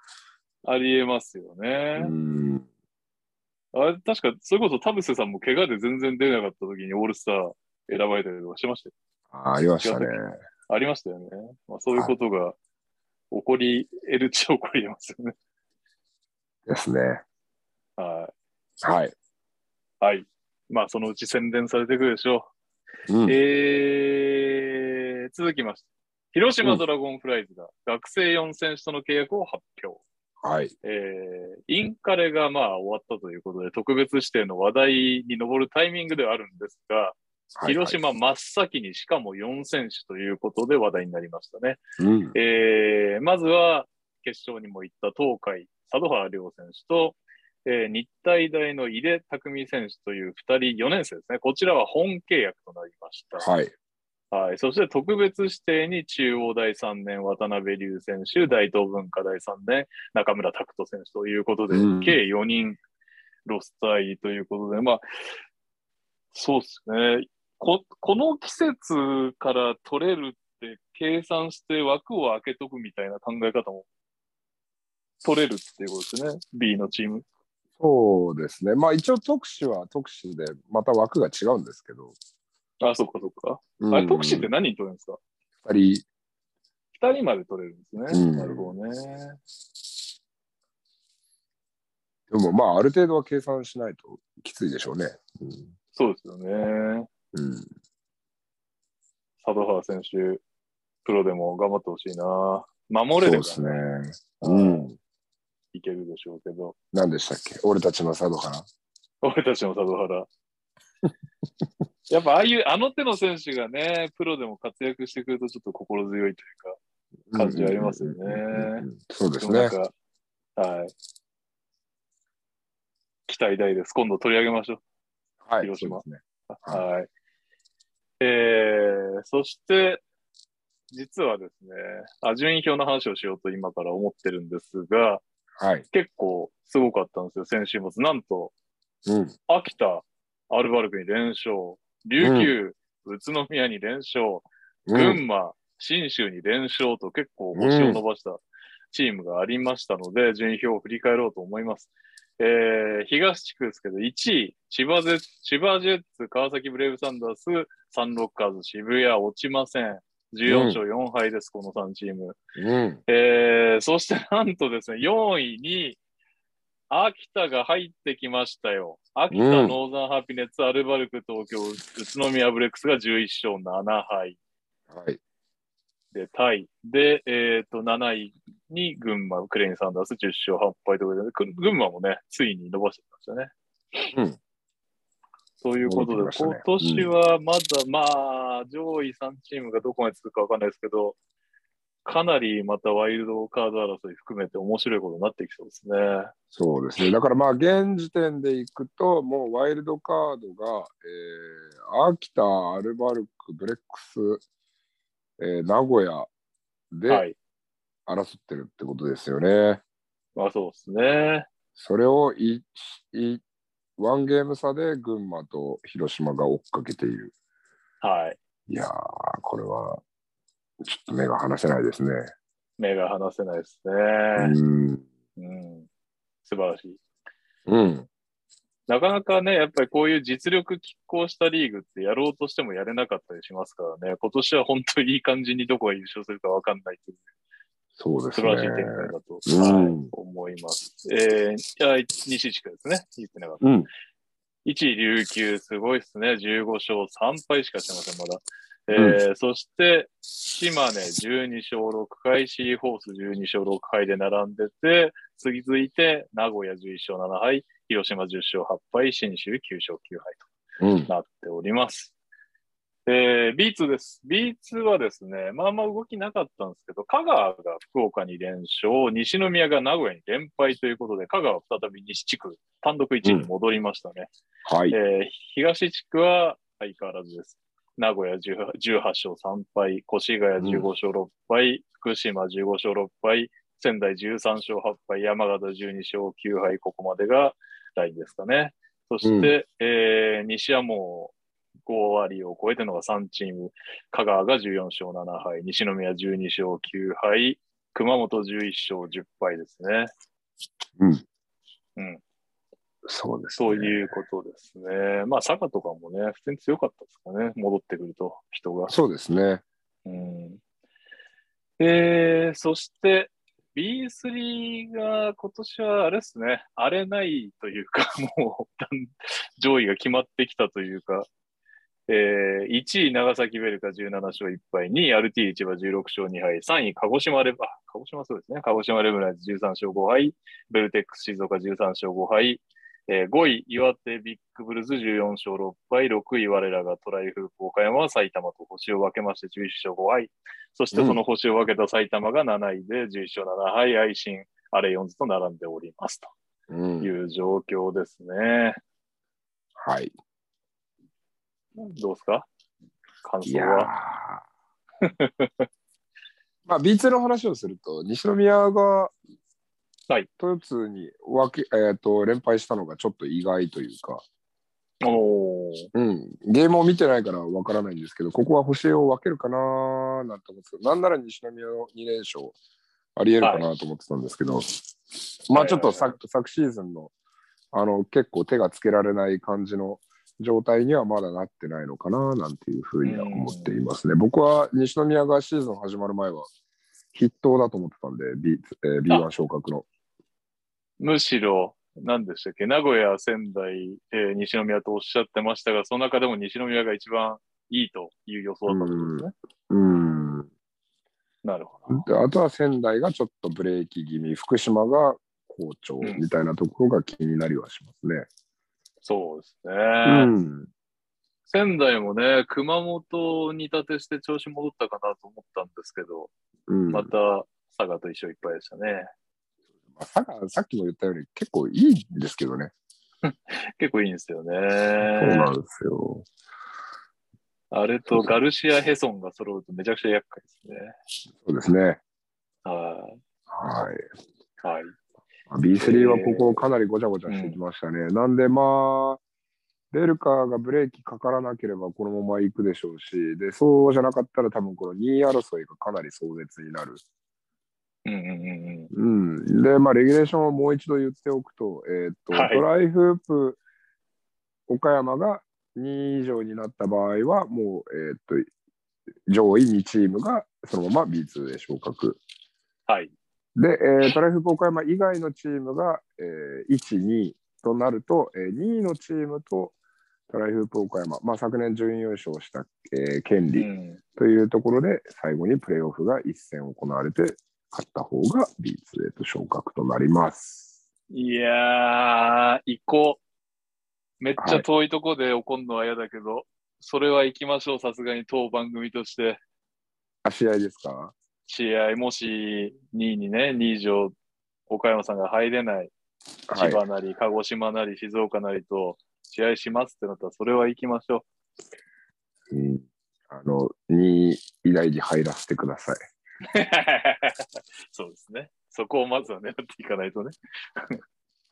ありえますようね。ん。あれ、確か、それこそ田臥さんも怪我で全然出なかった時にオールスター選ばれたりとかしてましたよ。あーありましたね。ありましたよね。まあ、そういうことが起こり、得るっちゃ起こり得ますよね。ですね。ははい。い。はい。まあ、そのうち宣伝されていくでしょうう。ん、えー、続きまして。広島ドラゴンフライズが学生4選手との契約を発表。はい。えーインカレがまあ終わったということで、特別指定の話題に上るタイミングではあるんですが、はい広島真っ先にしかも4選手ということで話題になりましたね。うん。えーまずは決勝にも行った東海、佐渡原亮選手と、えー日体大の井出匠選手という2人、4年生ですね。こちらは本契約となりました。はい。はい。そして特別指定に中央大3年、渡辺龍選手、大東文化大3年、中村拓人選手ということで、うん計4人ロスター入りということで、まあ、そうですね。こ、この季節から取れるって計算して枠を空けとくみたいな考え方も取れるっていうことですね。B のチーム。そうですね。まあ一応特使は特使で、また枠が違うんですけど。あ、そっかそっか。うんあれ、特使って何人取れるんですか二人 ?2 人まで取れるんですね。うんなるほどね。でもまあある程度は計算しないときついでしょうね。そうですよね。うん。うん、佐藤原選手、プロでも頑張ってほしいな。守れれば、そうですね。うん。いけるでしょうけど、 何でしたっけ俺たちの佐渡かな俺たちの佐藤原。 やっぱああいう、あの手の選手がね、プロでも活躍してくるとちょっと心強いという感じありますよねうんうんうんうんそうでか、すもなねん。か、はい。期待大です。今度取り上げましょう。はい。広島そうですねはい。えー、そして、実はですね、あ、順位表の話をしようと今から思ってるんですが、はい。結構すごかったんですよ、先週末。なんと、うん。秋田、アルバルクに連勝、琉球、宇都宮に連勝、うん。群馬、信州に連勝と結構星を伸ばしたチームがありましたので、順位表を振り返ろうと思います。えー、東地区ですけど、1位、千葉ゼ千葉ジェッツ、川崎ブレイブサンダース、サンロッカーズ、渋谷、落ちません。14勝4敗です、この3チーム。うん。えー、そしてなんとですね、4位に秋田が入ってきましたよ。秋田、うんノーザンハピネッツ、アルバルク、東京、宇都宮ブレックスが11勝7敗はい。で、タイ。で、えっ、と、7位に群馬、クレイン・サンダース10勝8敗ということで、く群馬もね、ついに伸ばしてきましたね。うん。ということで、戻ってきましたね今年はまだ、まあ、上位3チームがどこまでつくかわかんないですけど、かなりまたワイルドカード争い含めて面白いことになってきそうですね。そうですね。だからまあ現時点でいくと、もうワイルドカードが、えー、秋田、アルバルク、ブレックス、えー、名古屋はでい。争ってるってことですよね。まあそうですね。それをいいワンゲーム差で群馬と広島が追っかけている。はい。いやー、これはちょっと目が離せないですね。目が離せないですね。うん。うん。素晴らしい。うん。なかなかね、やっぱりこういう実力拮抗したリーグってやろうとしてもやれなかったりしますからね、今年は本当にいい感じにどこが優勝するかわかんないというそうです素晴。ねらしい展開だと、うんはい、思います。えー、じゃあ西地区ですね。言ってなかった。うん。 1位琉球、すごいですね。15勝3敗しかしてません、まだ。えーそして、島根12勝6敗、シーホース12勝6敗で並んでて、次続いて名古屋11勝7敗、広島10勝8敗、新州9勝9敗うんと。なっております。えー、B2 です。B2 はですね、まあまあ動きなかったんですけど、香川が福岡に連勝、西宮が名古屋に連敗ということで、香川は再び西地区、単独1位に戻りましたね。はい。えー東地区は相変わらずです。名古屋18 18勝3敗、越谷15勝6敗、福島15勝6敗、仙台13勝8敗、山形12勝9敗、ここまでがラインですかね。そして、えー西はもう5割を超えてるのが3チーム、香川が14勝7敗、西宮12勝9敗、熊本11勝10敗ですね。そうです、ね。そういうことですね。まあ、坂とかもね、普通に強かったですかね、戻ってくると、人が。そうですね。うん、えー、そして、B3 が今年はあれですね、荒れないというか、もうだん上位が決まってきたというか、えー、1位長崎ベルカ17勝1敗、2位 RT 千葉16勝2敗、3位鹿児島レブ、あ、鹿児島そうですね、鹿児島レブラーズ13勝5敗、ベルテックス静岡13勝5敗、えー5位、岩手ビッグブルーズ14勝6敗、6位、我らがトライフープ岡山は埼玉と星を分けまして11勝5敗、そしてその星を分けた埼玉が7位で11勝7敗、愛心、アレイオンズと並んでおりますうとん。いう状況ですね。はい。どうですか感い想やーは。 まあ、B2 の話をすると、西宮が、はい。トヨツに分け、えっ、と、連敗したのがちょっと意外というか、おーうん。ゲームを見てないからわからないんですけど、ここは星を分けるかなーなんて思ってた。なんなら西宮の2連勝、ありえるかなと思ってたんですけど、まあちょっとは昨昨シーズンの、あの、結構手がつけられない感じの状態にはまだなってないのかななんていうふうには思っていますね。僕は西宮がシーズン始まる前は、筆頭だと思ってたんで、B、えー B1 昇格の。むしろ、何でしたっけ、名古屋、仙台、えー西宮とおっしゃってましたが、その中でも西宮が一番いいという予想だったんですね。うん。なるほど。であとは仙台がちょっとブレーキ気味、福島が好調うんみたいなところが気になりはしますね。そうですね。うん。仙台もね、熊本に立てして調子戻ったかなと思ったんですけど、うんまた佐賀と一緒いっぱいでしたね。ささっきも言ったように結構いいんですけどね。結構いいんですよね。そうなんですよ。あれとガルシア・ヘソンが揃うとめちゃくちゃ厄介ですね。そうですね。ははい。い。はい。まあ B3 はここかなりごちゃごちゃしてきましたね。なんでまあ、ベルカーがブレーキかからなければこのまま行くでしょうし、で、そうじゃなかったら多分この2位争いがかなり壮絶になるうんうんうんうん。うん、で、まあ、レギュレーションをもう一度言っておくと、えーっとはいトライフープ岡山が2位以上になった場合は、もう、えーっと上位2チームがそのまま B2 へ昇格。はい。で、えートライフープ岡山以外のチームが、えー1、2となると、えー2位のチームとトライフープ岡山、まあ、昨年準優勝した、えー、権う利ん。というところで、最後にプレーオフが一戦行われて、勝った方が B2 へと昇格となります。いやー、行こう。めっちゃ遠いとこで怒るのは嫌だけど、それは行きましょう。さすがに当番組として。あ、試合ですか試合、もし2位にね、2位以上、岡山さんが入れない、は千い。葉なり、鹿児島なり、静岡なりと試合しますってなったら、それは行きま しょうんあの、2位以内に入らせてください。う。そうですね。そこをまずは狙っていかないとね。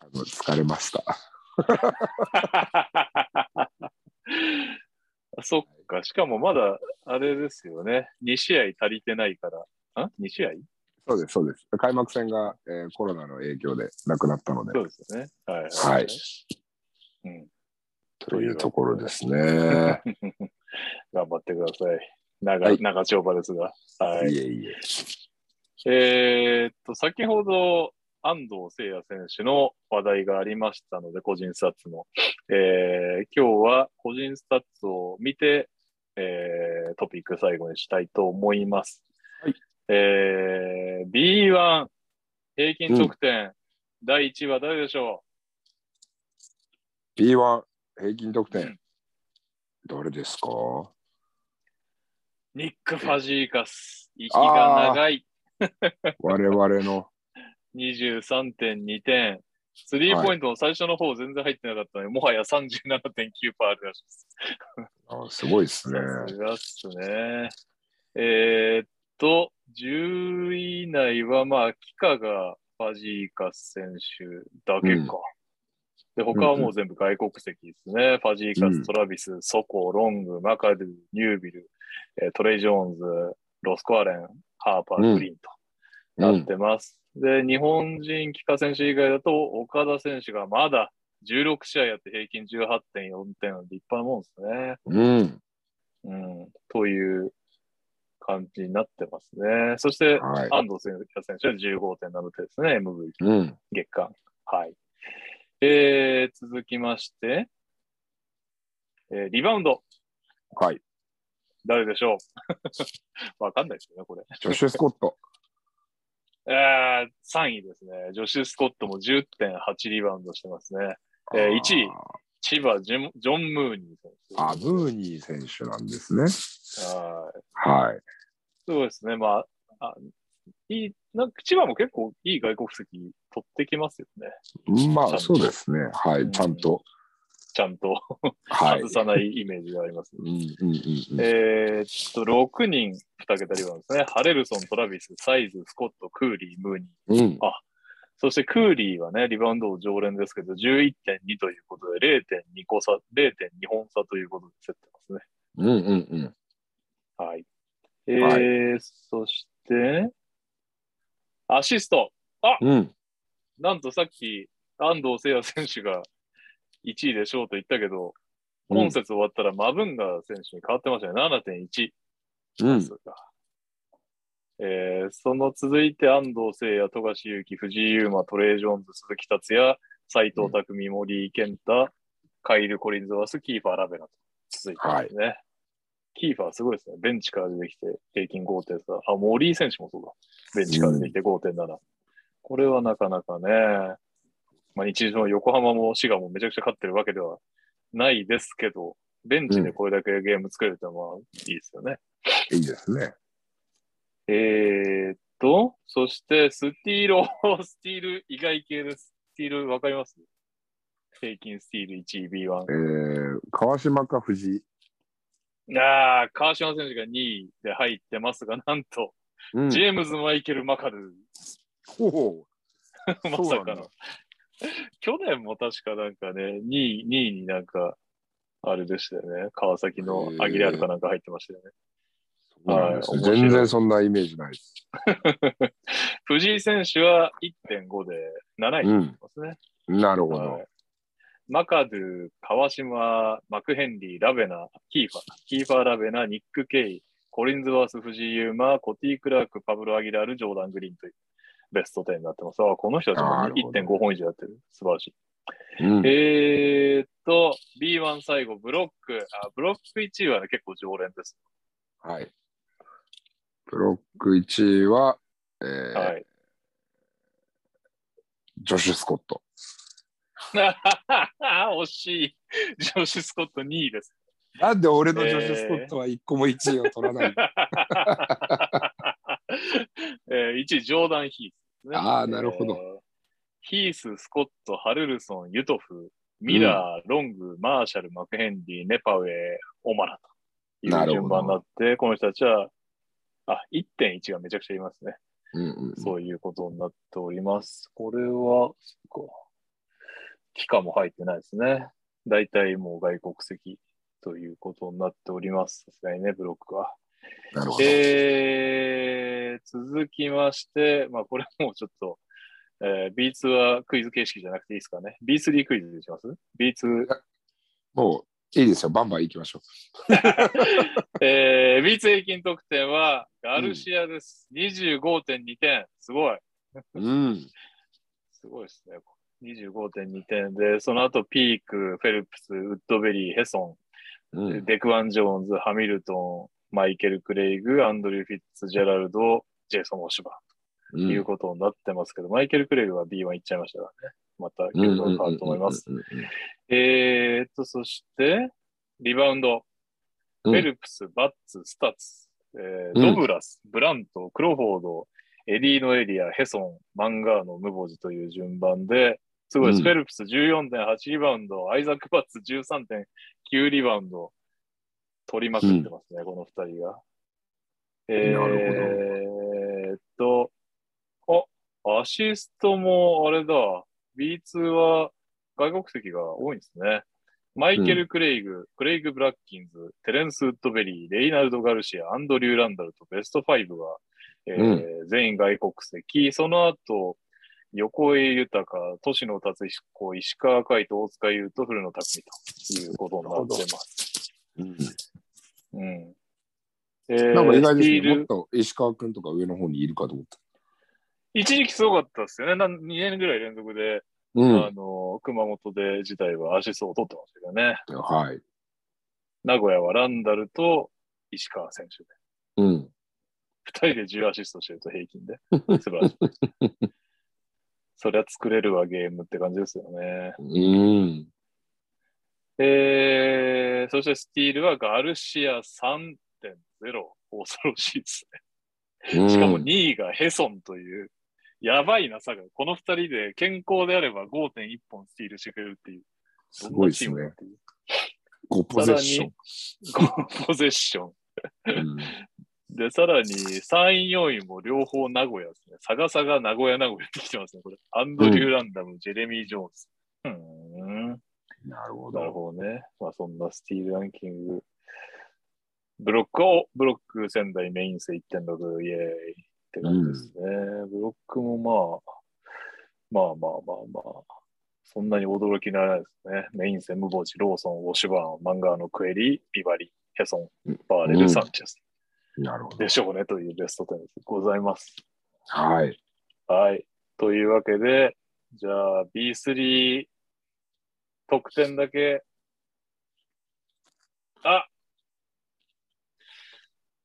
あの疲れました。 そっか、しかもまだ、あれですよね。2試合足りてないから。ん ?2 試合そうです、そうです。開幕戦が、えーコロナの影響でなくなったのでそ、うですよね。はい。はいうん。というところですね。頑張ってください。長、はい長丁場ですが。はい。いえいえ。えーっと、先ほど、安藤聖也選手の話題がありましたので、個人スタッツの。えー今日は個人スタッツを見て、えートピック最後にしたいと思います。はいえー B1 平均得点、第1位は誰でしょ B1 平均得点、うん誰です かうニック・ファジーカス。息が長い。我々の。 23.2点。スリーポイントの最初の方全然入ってなかったので、もはや37.9%あるらしいです。あすごいですね。さすがっすね。えーっと、10位以内は、まあ、キカがファジーカス選手だけか。で、他はもう全部外国籍ですね。ファジーカうんス、トラビス、ソコ、ロング、マカル、ニュービル、えートレイ・ジョーンズ、ロスコアレン、ハーパうんー、グリーンと。うなっん、てます。で、日本人、帰化選手以外だと、岡田選手がまだ16試合やって平均18.4点、立派なもんですね。うん。うん。という感じになってますね。そして、はい。安藤選手は15.7点ですね、MVP うん。月間。はい。えー、続きまして、えーリバウンド、はい。誰でしょう わかんないですよね、これ。ジョシュ・スコット。えー、3位ですね。ジョシュ・スコットも10.8リバウンドしてますね。えー一位千葉ジョン・ジョンムーニー選手。あー。あ、ムーニー選手なんですね。はいはい。そうですね。まあ、あいいなんか千葉も結構いい外国籍取ってきますよね。まちゃんとあ、そうですね。はうんい。ちゃんと。ちゃんとはい。外さないイメージがあります、うんうんうんうん。えーっと、6人2桁リバウンドですね。ハレルソン、トラビス、サイズ、スコット、クーリー、ムーニー。うん。そしてクーリーはね、リバウンド王常連ですけど、11.2ということで、0.2個差、0.2本差ということで競ってますね。うんうんうん。はい。えーそして、アシスト。うん。なんとさっき、安藤聖也選手が1位でしょうと言ったけど、うん今節終わったらマブンガ選手に変わってましたね。7.1。うん。そうかえーその続いて安藤聖也、富樫勇樹、藤井優馬、トレイ・ジョーンズ、鈴木達也、斎藤匠、森井健太、カイル・コリンズワース、キーファー・ラベナと続いてますね。キーファーすごいですね。ベンチから出てきて平均5.3。あ、森井選手もそうだ。ベンチから出てきて5.7。これはなかなかね、まあ、一時の横浜も滋賀もめちゃくちゃ勝ってるわけではないですけど、ベンチでこれだけゲーム作れるってのはまあいいですよね。いいですね。えーっと、そして、スティーロスティール以外系です。スティールわかります平均スティール1位 B1 え。ー、川島か藤井。ああ、川島選手が2位で入ってますが、なんと、うんジェームズ・マイケル・マカル、ほうほ う。まそうさなんだかの。去年も確かなんかね、2位、2位になんか、あれでしたよね。川崎のアギレアルかなんか入ってましたよね。そうなんですねはい面白い全然そんなイメージないです。藤井選手は1.5で7位になってますね。なるほはどい。マカドゥ、川島、マクヘンリー、ラベナ、キーファー、キーファー・ラベナ、ニック・ケイ、コリンズワース、藤井優馬、コティ・クラーク、パブロ・アギラール、ジョーダン・グリーンというベスト10になってます。あこの人たちもなるほど1.5本以上やってる。素晴らしい。うんえーっと、B1 最後、ブロック。あブロック1位は、ね、結構常連です。はい。ブロック1位は、えーはい。ジョシュ・スコット。 惜しい。ジョシュ・スコット2位です。 なんで俺のジョシュスコットは一個も1位を取らない、えー、1位、ジョーダン・ヒース、ね。あーなるほどえーヒース、スコット、ハルルソン、ユトフ、ミラー、ロング、マーシャル、マクヘンリー、ネパウェイ、オマラといなうるほど順番になって、この人たちは、あ、1.1がめちゃくちゃいますね。うんうん、そういうことになっております。これは、そっか。期間も入ってないですね。大体もう外国籍ということになっております。さすがにね、ブロックは。 なるほど。えー、続きまして、まあ、これもうちょっと、えー、B2 はクイズ形式じゃなくていいですかね。B3 クイズにします ?B2、もういいですよ。バンバン行きましょえー、B2 平均得点はガルシアです。25.2点。すごい。う。うん。すごいですね。25.2点で、その後ピーク、フェルプス、ウッドベリー、ヘソうン、ん。デクワン・ジョーンズ、ハミルトン、マイケル・クレイグ、アンドリュー・フィッツジェラルド、ジェイソン・オシバうとんいうことになってますけど、マイケル・クレイグは B1 行っちゃいましたからね。また、結構変わると思います。。うんうんうんうんえーっと、そして、リバウンド、うんフェルプス、バッツ、スタッツ、えーうんドブラス、ブラント、クロフォード、エディのエリア、ヘソン、マンガーノ、ムボジという順番で、すごいです。うんフェルプス14.8リバウンド、アイザック・バッツ13.9リバウンド、取りまくってますね、この二人が。えなー、っと、あ、アシストもあれだ、B2 は外国籍が多いんですね。マイケル・クレイグ、クレイグ・ブラッキンズ、テレンス・ウッドベリー、レイナルド・ガルシア、アンドリュー・ランダルとベスト5が、えー全員外国籍。その後、横江豊、都野達彦、石川海人、大塚優と古野拓海ということになってます。うんうん。えーなんか意外でスティーすね。もルっと石川君とか上の方にいるかと思った。一時期すごかったですよね。なん2年ぐらい連続で、うん。あの、熊本で自体はアシストを取ってましたけどね。はい。名古屋はランダルと石川選手うん。で。2人で10アシストしてると平 均で。素晴らしい。そりゃ作れるわ、ゲームって感じですよね。うん。えー、そしてスティールはガルシア3.0。恐ろしいですね。しかも2位がヘソンという、やばいな、差が。この2人で健康であれば5.1本スティールしてくれるっていう。すごいですどんなチームだねっ。ていうごポゼッション。 5ポゼッ ション。で、さらに3位、4位も両方名古屋ですね。サガサガ名古屋名古屋ってきてますね、これ。アンドリュー・ランダム、ジェレミー・ジョーンズ。うーん。うんなるほなるど。ほどね。まあそんなスティールランキング。ブロックを、ブロック仙台メイン生1.6、イエーイって感じですね。ブロックもまあ、まあまあまあまあ、そんなに驚きならないですね。メイン戦、ムボジ、ローソン、ウォシュバーン、マンガーのクエリ、ビバリ、ヘソン、バーレうル、んサンチェス。なるほどで。しょうねというベスト10でございます。はい。はい。というわけで、じゃあ B3 得点だけ。あ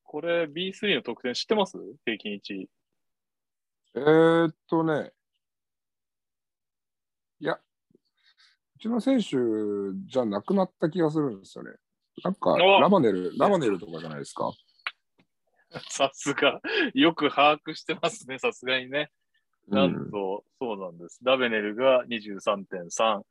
これ B3 の得点知ってます平均1位。えーっとね。いや、うちの選手じゃなくなった気がするんですよね。なんか、おラバネル、ラバネルとかじゃないですか。 さすが。よく把握してますね、さすがにね。うなんと、そうなんです。ダベネルが23.3。うん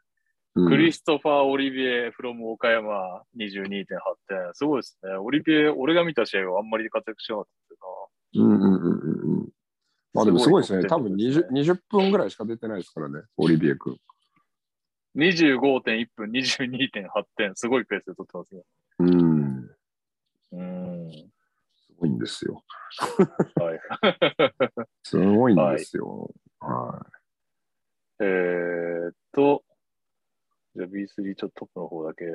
クリストファー・オリビエ・フロム岡山22.8点。すごいですね。オリビエ、俺が見た試合はあんまり活躍しなかったけどな。うんうんうんうんうん。まあでもすごいですね。す多ごい分得点ですね 20, 20分ぐらいしか出てないですからね、オリビエ君。 25.1分、22.8点。すごいペースで取ってますね。うん。うん。すごいんですよ。はい。 すごいんですよ。はえーっと、じゃあ B3 ちょっとトップの方だけい。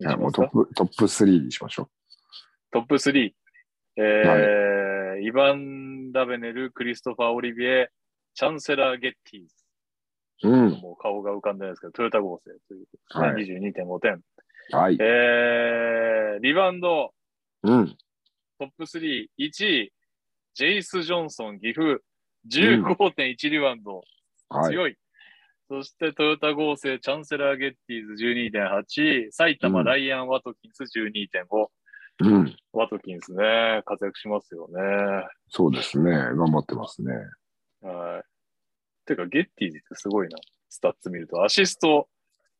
見てみもまうすトか。ップ、トップ3にしましょトップ3。えーイヴァン・ラベネル、クリストファー・オリビエ、チャンセラー・ゲッティう。うん。もう顔が浮かんでないですけど、トヨタ合成ということで、はい22.5点。はい。えー、リバウンド、うん。トップ3、1位、ジェイス・ジョンソン、岐阜、15.1リバウンド、はい。強い。そしてトヨタ合成、チャンセラー・ゲッティーズ12.8、埼玉、うんライアン・ワトキンス12.5。うん。ワトキンスね、活躍しますよね。そうですね。頑張ってますね。はい。てか、ゲッティーズってすごいな。スタッツ見ると。アシスト、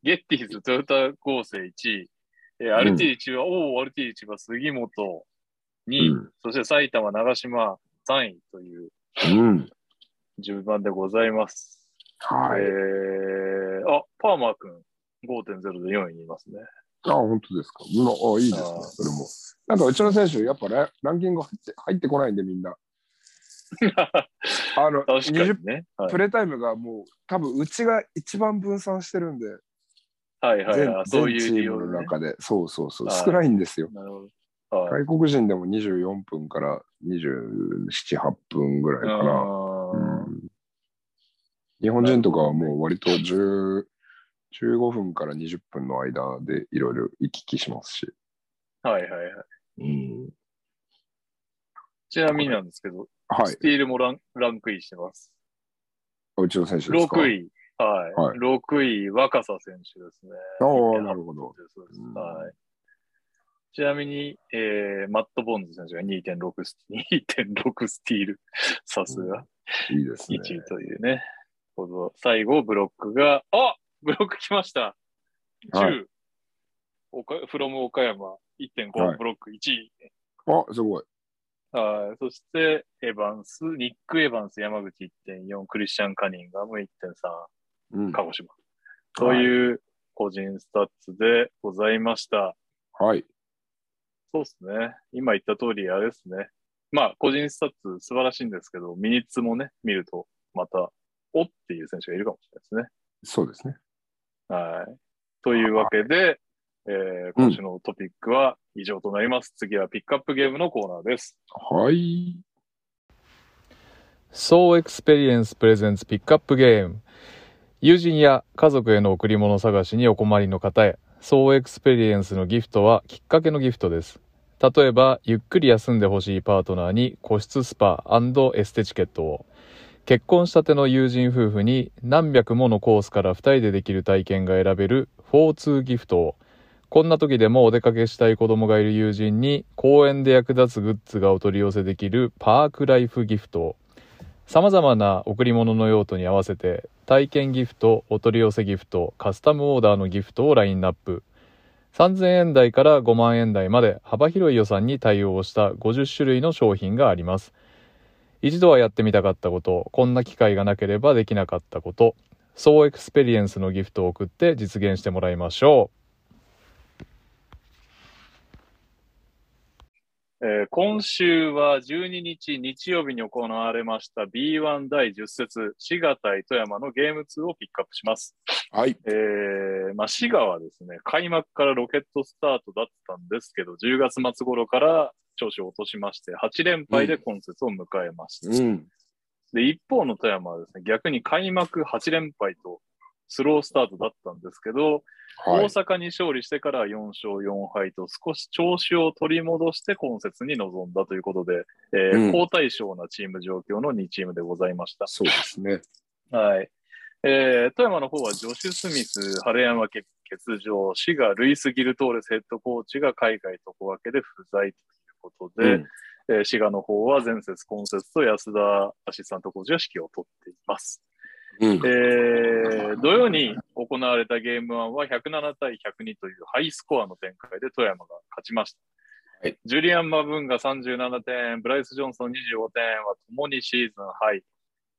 ゲッティーズ、トヨタ合成1位。えー、アルティリ千葉、おお、アルティリ千葉、杉本2位。うんそして埼玉、長島3位といううん。順番でございます。はえい。ー、あ、パーマー君、5.0で4位にいますね。あ、本当ですか。うんあ、いいですあねー。それも。なんかうちの選手、やっぱラランキング入って入ってこないんで、みんな。あの、確か20にね。はいプレータイムがもう、多分うちが一番分散してるんで、はいはいはい。全そういう全チ理ー由ムのね。中で。そうそうそう。はい少ないんですよ。なるほど。はい。外国人でも24分から27、8分ぐらいかな。あうーん日本人とかはもう割と10 15分から20分の間でいろいろ行き来しますし。はいはいはい。うん。ちなみになんですけど、はいス。ティールもランランクインしてます。うちの選手ですか。 6。位。はい。はい6位、若狭選手ですね。ああ、なるほど。そうですうんはい。ちなみに、えーマット・ボーンズ選手が2.6ス2.6スティール。さすが。いいです1ね。位というね。この最後、ブロックが、あブロック来ました。10、は岡フロム岡山1.5、はいブロック1位。あ、すごい。はい。そして、エヴァンス、ニック・エヴァンス、山口1.4、クリスチャン・カニンガム1.3、うん。鹿児島。という個人スタッツでございました。はい。そうですね。今言った通り、あれですね。まあ、個人スタッツ素晴らしいんですけど、ミニッツもね、見ると、また、おっていう選手がいるかもしれないですね。そうですね。はい。というわけで、えー今週のトピックは以上となります。次はピックアップゲームのコーナーです。はい。 So Experience Presents Pick Up Game 友人や家族への贈り物探しにお困りの方へ So Experience のギフトはきっかけのギフトです例えばゆっくり休んでほしいパートナーに個室スパエステチケットを結婚したての友人夫婦に何百ものコースから2人でできる体験が選べる4-2ギフトをこんな時でもお出かけしたい子供がいる友人に公園で役立つグッズがお取り寄せできるパークライフギフトをさまざまな贈り物の用途に合わせて体験ギフトお取り寄せギフトカスタムオーダーのギフトをラインナップ3000円台から5万円台まで幅広い予算に対応した50種類の商品があります一度はやってみたかったことこんな機会がなければできなかったこと総エクスペリエンスのギフトを送って実現してもらいましょえー今週は12日日曜日に行われました B1 第10節、滋賀対富山のゲーム2をピックアップします。はい。えーまあ、滋賀はですね、開幕からロケットスタートだったんですけど、10月末頃から調子を落としまして、8連敗で今節を迎えました。うん。で、一方の富山はですね、逆に開幕8連敗とスロースタートだったんですけど、は大い。阪に勝利してから4勝4敗と少し調子を取り戻して今節に臨んだということで、えーうん好対照なチーム状況の2チームでございました。そうですね。はい。えー富山の方はジョシュ・スミス、晴山欠場、滋賀、ルイス・ギルトーレスヘッドコーチが海外と小分けで不在ということで、うんえー滋賀の方は前節、今節と安田アシスタントコーチが指揮を取っています。うんえ。ー土曜に行われたゲーム1は107対102というハイスコアの展開で富山が勝ちました。はいジュリアン・マブンが37点、ブライス・ジョンソン25点はともにシーズンハイ。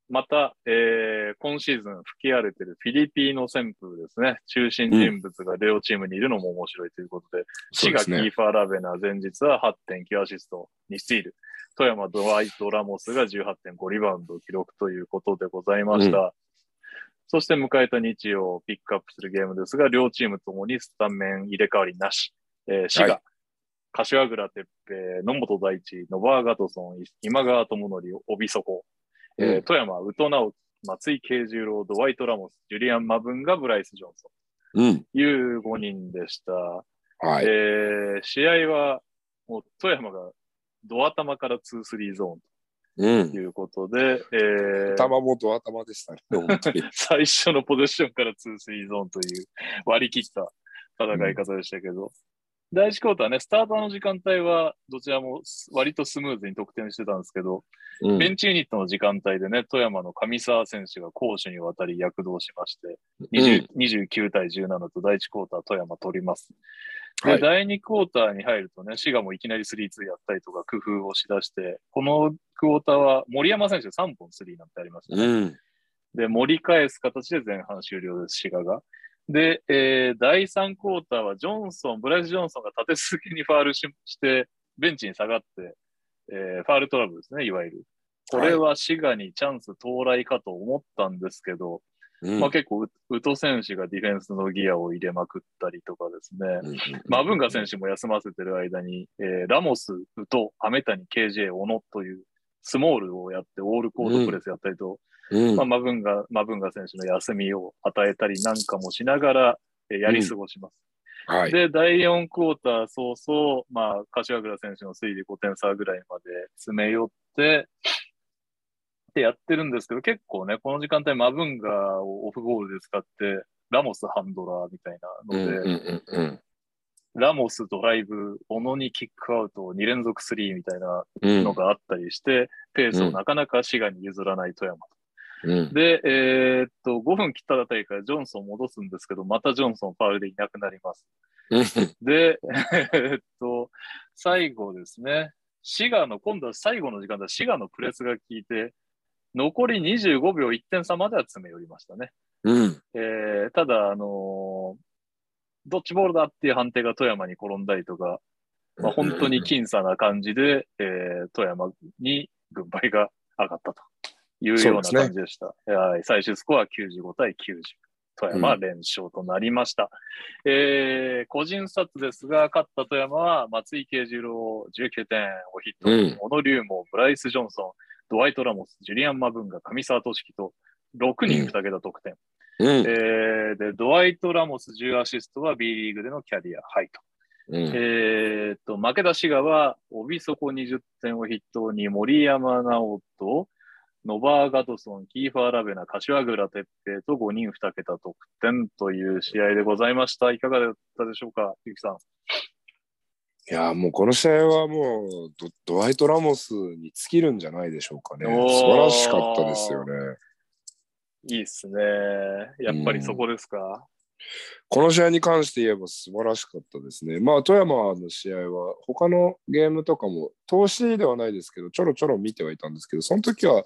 また、えー今シーズン吹き荒れてるフィリピーノ旋風ですね。中心人物が両チームにいるのも面白いということで、そ滋うで賀すキーね。ファー・ラベナ、前日は8.9アシスト、2スティール。富山ドワイト・ラモスが18.5リバウンドを記録ということでございました。そして迎えた日曜、ピックアップするゲームですが、両チームともにスタメン入れ替わりなし。えー滋賀、は柏倉哲平、野本大地、ノバーガトソン、今川智則、帯底、えーうん富山、宇都直樹、松井慶十郎、ドワイト・ラモス、ジュリアン・マブンがブライス・ジョンソン。うん。という5人でした。はい。えー試合は、もう富山がド頭から2-3ゾうーンとん。いうことで、えー頭元頭でしたね。本当に最初のポゼッションから2-3ゾーンという割り切った戦い方でしたけど、第1クォーターね、スタートの時間帯はどちらも割とスムーズに得点してたんですけど、うベんンチユニットの時間帯でね、富山の上沢選手が攻守にわたり躍動しまして、20 29対17と第1クォーター富山取ります。で、はい第2クォーターに入るとね、滋賀もいきなりスリーツーやったりとか工夫をしだして、このクォーターは森山選手3本スリーなんてありましたね。うん。で、盛り返す形で前半終了です、滋賀が。で、えー第3クォーターはジョンソン、ブラジル・ジョンソンが立て続けにファールしして、ベンチに下がって、えーファールトラブルですね、いわゆる。これは滋賀にチャンス到来かと思ったんですけど、うんまあ、結構、う宇都選手がディフェンスのギアを入れまくったりとかですね。うんマブンガ選手も休ませてる間に、えーラモス、宇都、アメ谷、KJ、小野というスモールをやってオールコートプレスやったりと、うんまあ、マブンガ、マブンガ選手の休みを与えたりなんかもしながら、えーやり過ごします。はい。で、第4クォーター早々、まあ、柏倉選手の推理5点差ぐらいまで詰め寄って、ってやってるんですけど、結構ね、この時間帯、マブンガをオフゴールで使って、ラモスハンドラーみたいなうんのうで、んうんうんラモスドライブ、小野にキックアウト、2連続スリーみたいなうんのがあったりして、ペースをなかなか滋賀に譲らない富山。うんで、えーっと、5分切ったあたりからジョンソン戻すんですけど、またジョンソンファウルでいなくなります。うんで、えーっと、最後ですね、滋賀の、今度は最後の時間だ、滋賀のプレスが効いて、残り25秒1点差までは詰め寄りましたね。うんえーただ、あのードッジボールだっていう判定が富山に転んだりとか、まあ、本当に僅差な感じで、えー富山に軍配が上がったというようなそうですね感じでした。はい最終スコア95対90。富山は連勝となりました。えー個人札ですが、勝った富山は松井慶次郎19点をヒット、うん小野龍門、ブライス・ジョンソン、ドワイト・ラモス、ジュリアン・マブンガ、上沢俊樹と6人2桁得点。うんえーで、ドワイト・ラモス10アシストは B リーグでのキャリアハイと。うんえーっと、負けた滋賀は、帯底20点を筆頭に森山直人、ノバー・ガトソン、キーファー・ラベナ、柏倉哲平と5人2桁得点という試合でございました。いかがだったでしょうか、ゆきさん。いやーもうこの試合はもうドドワイト・ラモスに尽きるんじゃないでしょうかね。おー素晴らしかったですよね。いいっすね。やっぱりそこですか。この試合に関して言えば素晴らしかったですね。まあ富山の試合は他のゲームとかも投資ではないですけどちょろちょろ見てはいたんですけどその時は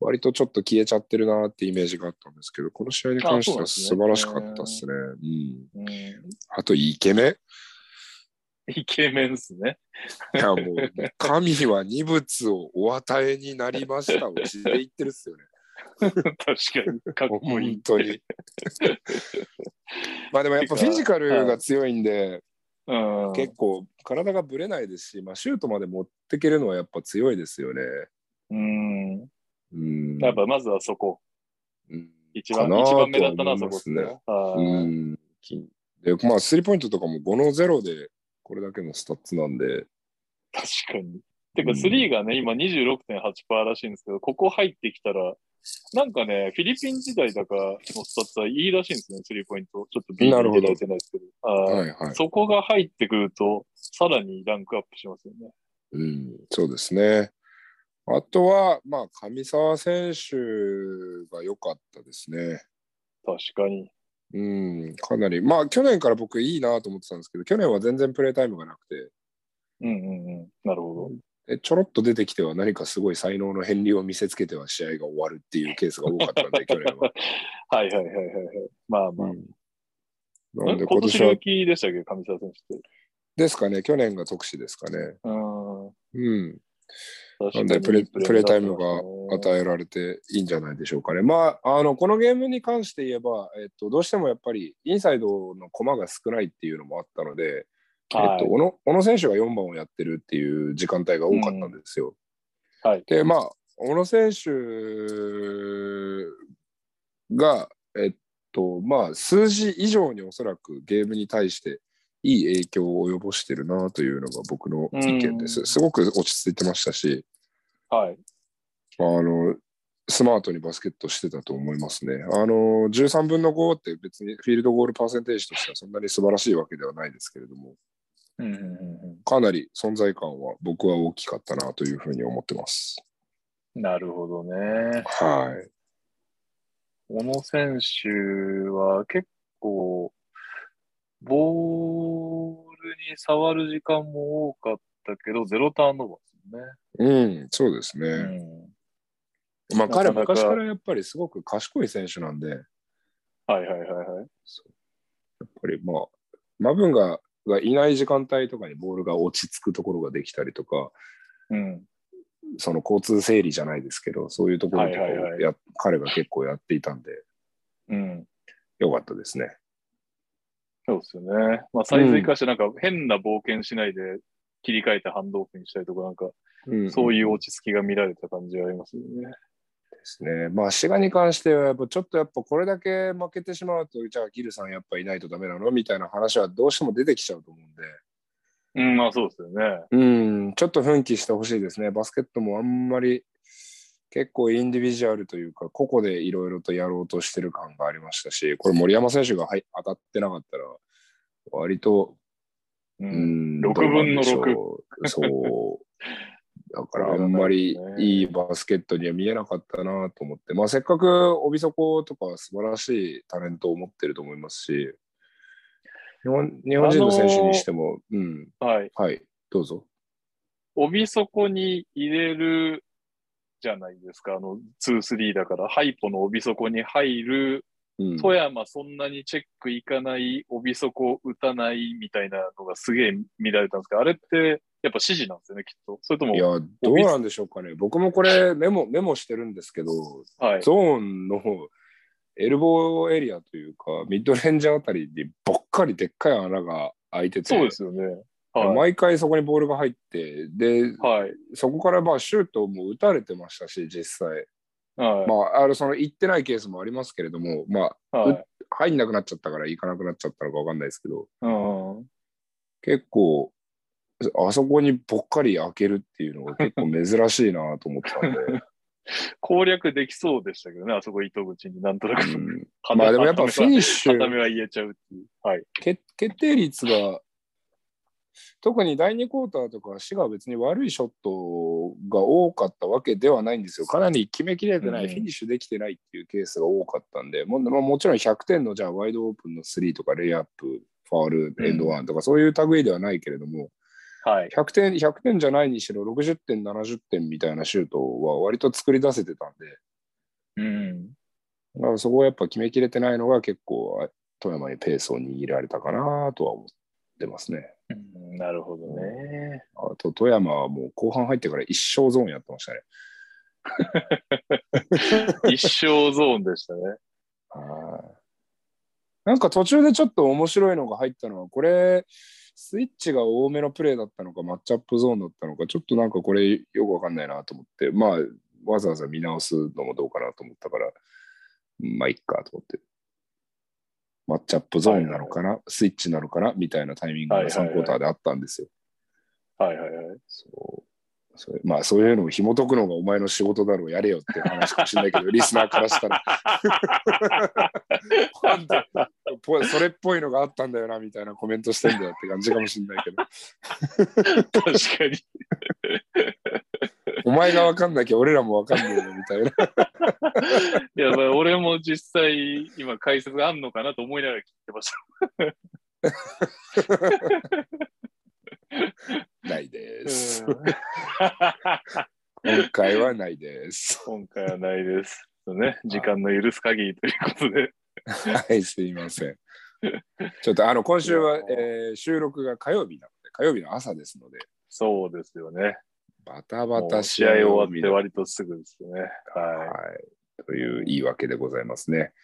割とちょっと消えちゃってるなってイメージがあったんですけどこの試合に関してはあ素そう晴なんらでしすねかったですね。うん、うん、あとイケメンイケメンっすね。 いやもう神は二物をお与えになりましたを地で言ってるっすよね。確かに、かっこいい 本。当に。 まあでもやっぱフィジカルが強いんで、うん、結構体がぶれないですし、まあ、シュートまで持ってけるのはやっぱ強いですよね。うん。うん、やっぱまずはそこ。うん一番、かな一とは番目立ったのは思そいまこですすねね。はういんでまあ、スリーポイントとかも5の0で、これだけのスタッツなんで、確かに。てうか、んスリーがね、今26.8%らしいんですけど、ここ入ってきたら、なんかね、フィリピン時代だかのスタッツはいいらしいんですね、スリーポイント。ちょっとビーなるルほど出てないですけど。はいはいはい。そこが入ってくると、さらにランクアップしますよね。うん、そうですね。あとは、まあ、上沢選手が良かったですね。確かに。うん、かなり。まあ、去年から僕いいなと思ってたんですけど、去年は全然プレータイムがなくて、うんうんうん。なるほえちょろっと出てきては何かすごい才能の片りを見せつけては試合が終わるっていうケースが多かったんで、去年 は。ど。はいはいはいはいはい。まあまあ。なのでえ今今年年はルー、キーでしたっけ、上沢選手って。ですかね、去年が特使ですかね。うん。うん。確かなにのでプレ、プレータイムがえ与えられていいんじゃないでしょうかね。まあ、あの、このゲームに関して言えば、えっと、どうしてもやっぱりインサイドの駒が少ないっていうのもあったので、えっと、小野小野選手が4番をやってるっていう時間帯が多かったんですよ。うんはいでまあ小野選手が、えっとまあ、数字以上におそらくゲームに対していい影響を及ぼしてるなというのが僕の意見です。うんすごく落ち着いてましたしはい。はい。あのスマートにバスケットしてたと思いますね。あの13分の5って別にフィールドゴールパーセンテージとしてはそんなに素晴らしいわけではないですけれども。うんうんうんうん。かなり存在感は僕は大きかったなというふうに思ってます。なるほどね。はい。小野選手は結構、ボールに触る時間も多かったけど、ゼロターンオーバうん、そうですね。ーですよね。まあ彼はなかなか昔からやっぱりすごく賢い選手なんで、やっうん。はいはいはいはい。ぱりまあ、マブンががいない時間帯とかにボールが落ち着くところができたりとか、うん。その交通整理じゃないですけど、そういうところとかをや、はいはいはい彼が結構やっていたんで、うん。よかったですね。そうですよね。まあ、サイズ生かしてなんか変な冒険しないで切り替えてハンドオフにしたりとか、なんか、うんそういう落ち着きが見られた感じがありますよね。ですね。まあ、滋賀に関しては、やっぱちょっとやっぱこれだけ負けてしまうと、じゃあギルさんやっぱいないとダメなのみたいな話はどうしても出てきちゃうと思うんで、うん、まあそうですよね。うん、ちょっと奮起してほしいですね。バスケットもあんまり結構インディビジュアルというか、個々でいろいろとやろうとしてる感がありましたし、これ森山選手が、はい、当たってなかったら、割と、う。うんん、 6分の6どうなんでしょう。そう。 だからあんまりいいバスケットには見えなかったなと思って、まあせっかく帯底とか素晴らしいタレントを持ってると思いますし、日本日本人の選手にしても、うん、はい。はい、どうぞ。帯底に入れるじゃないですか。あの、2、3だから、ハイポの帯底に入る、うん、富山そんなにチェックいかない、帯底打たないみたいなのがすげえ見られたんですけど、あれってやっぱ指示なんですよね、きっと。それともい、や、どうなんでしょうかね。僕もこれメモ、メモしてるんですけど、はい。ゾーンのエルボーエリアというか、ミッドレンジあたりにばっかりでっかい穴が開いてて、そうですよね。はい。毎回そこにボールが入って、で、はい。そこからまあシュートも打たれてましたし、実際。はい。まあ、あのその行ってないケースもありますけれども、まあ、はい。入んなくなっちゃったから行かなくなっちゃったのか分かんないですけど、うん。結構、あそこにぽっかり開けるっていうのが結構珍しいなと思ったんで。 攻略できそうでしたけどね、あそこ糸口になんとなく。うん、 まあでもやっぱフィニッシ片目ュ、は言えちゃうっていう。はい。決決定率が、特に第2クォーターとか、市が別に悪いショットが多かったわけではないんですよ。かなり決めきれてない、うんフィニッシュできてないっていうケースが多かったんで、もうまあもちろん100点のじゃあワイドオープンの3とか、レイアップ、ファール、エンドワンとか、そういう類ではないけれども、はい。 100点、100点じゃないにしろ、60点、70点みたいなシュートは割と作り出せてたんで、うん。だからそこはやっぱ決めきれてないのが結構あ富山にペースを握られたかなとは思ってますね。うんなるほどね。あと富山はもう後半入ってから一生ゾーンやってましたね。一生ゾーンでしたね。はいなんか途中でちょっと面白いのが入ったのはこれスイッチが多めのプレーだったのかマッチアップゾーンだったのかちょっとなんかこれよくわかんないなと思ってまあわざわざ見直すのもどうかなと思ったからまあいっかと思ってマッチアップゾーンなのかな、スイッチなのかなみたいなタイミングはいはがいはい3クォーターであったんですよ。はいはいはい。そうそれまあそういうのを紐解くのがお前の仕事だろうやれよっていう話かもしれないけ どリスナーからしたらなんでぽそれっぽいのがあったんだよなみたいなコメントしてんだよって感じかもしれないけど確かに。お前が分かんなきゃ俺らも分かんないよみ たいないや、まあ俺も実際、今解説があんのかなと思いながら聞いてました。ないですうん今回はないです今回はないです。ね、時間の許す限りということで。はいすいませんちょっとあの今週はいや、えー収録が火曜日なので火曜日の朝ですのでそうですよね。バタバもうタ試合終わっみて割とすぐですよね。はい。はい、という言い訳でございますね。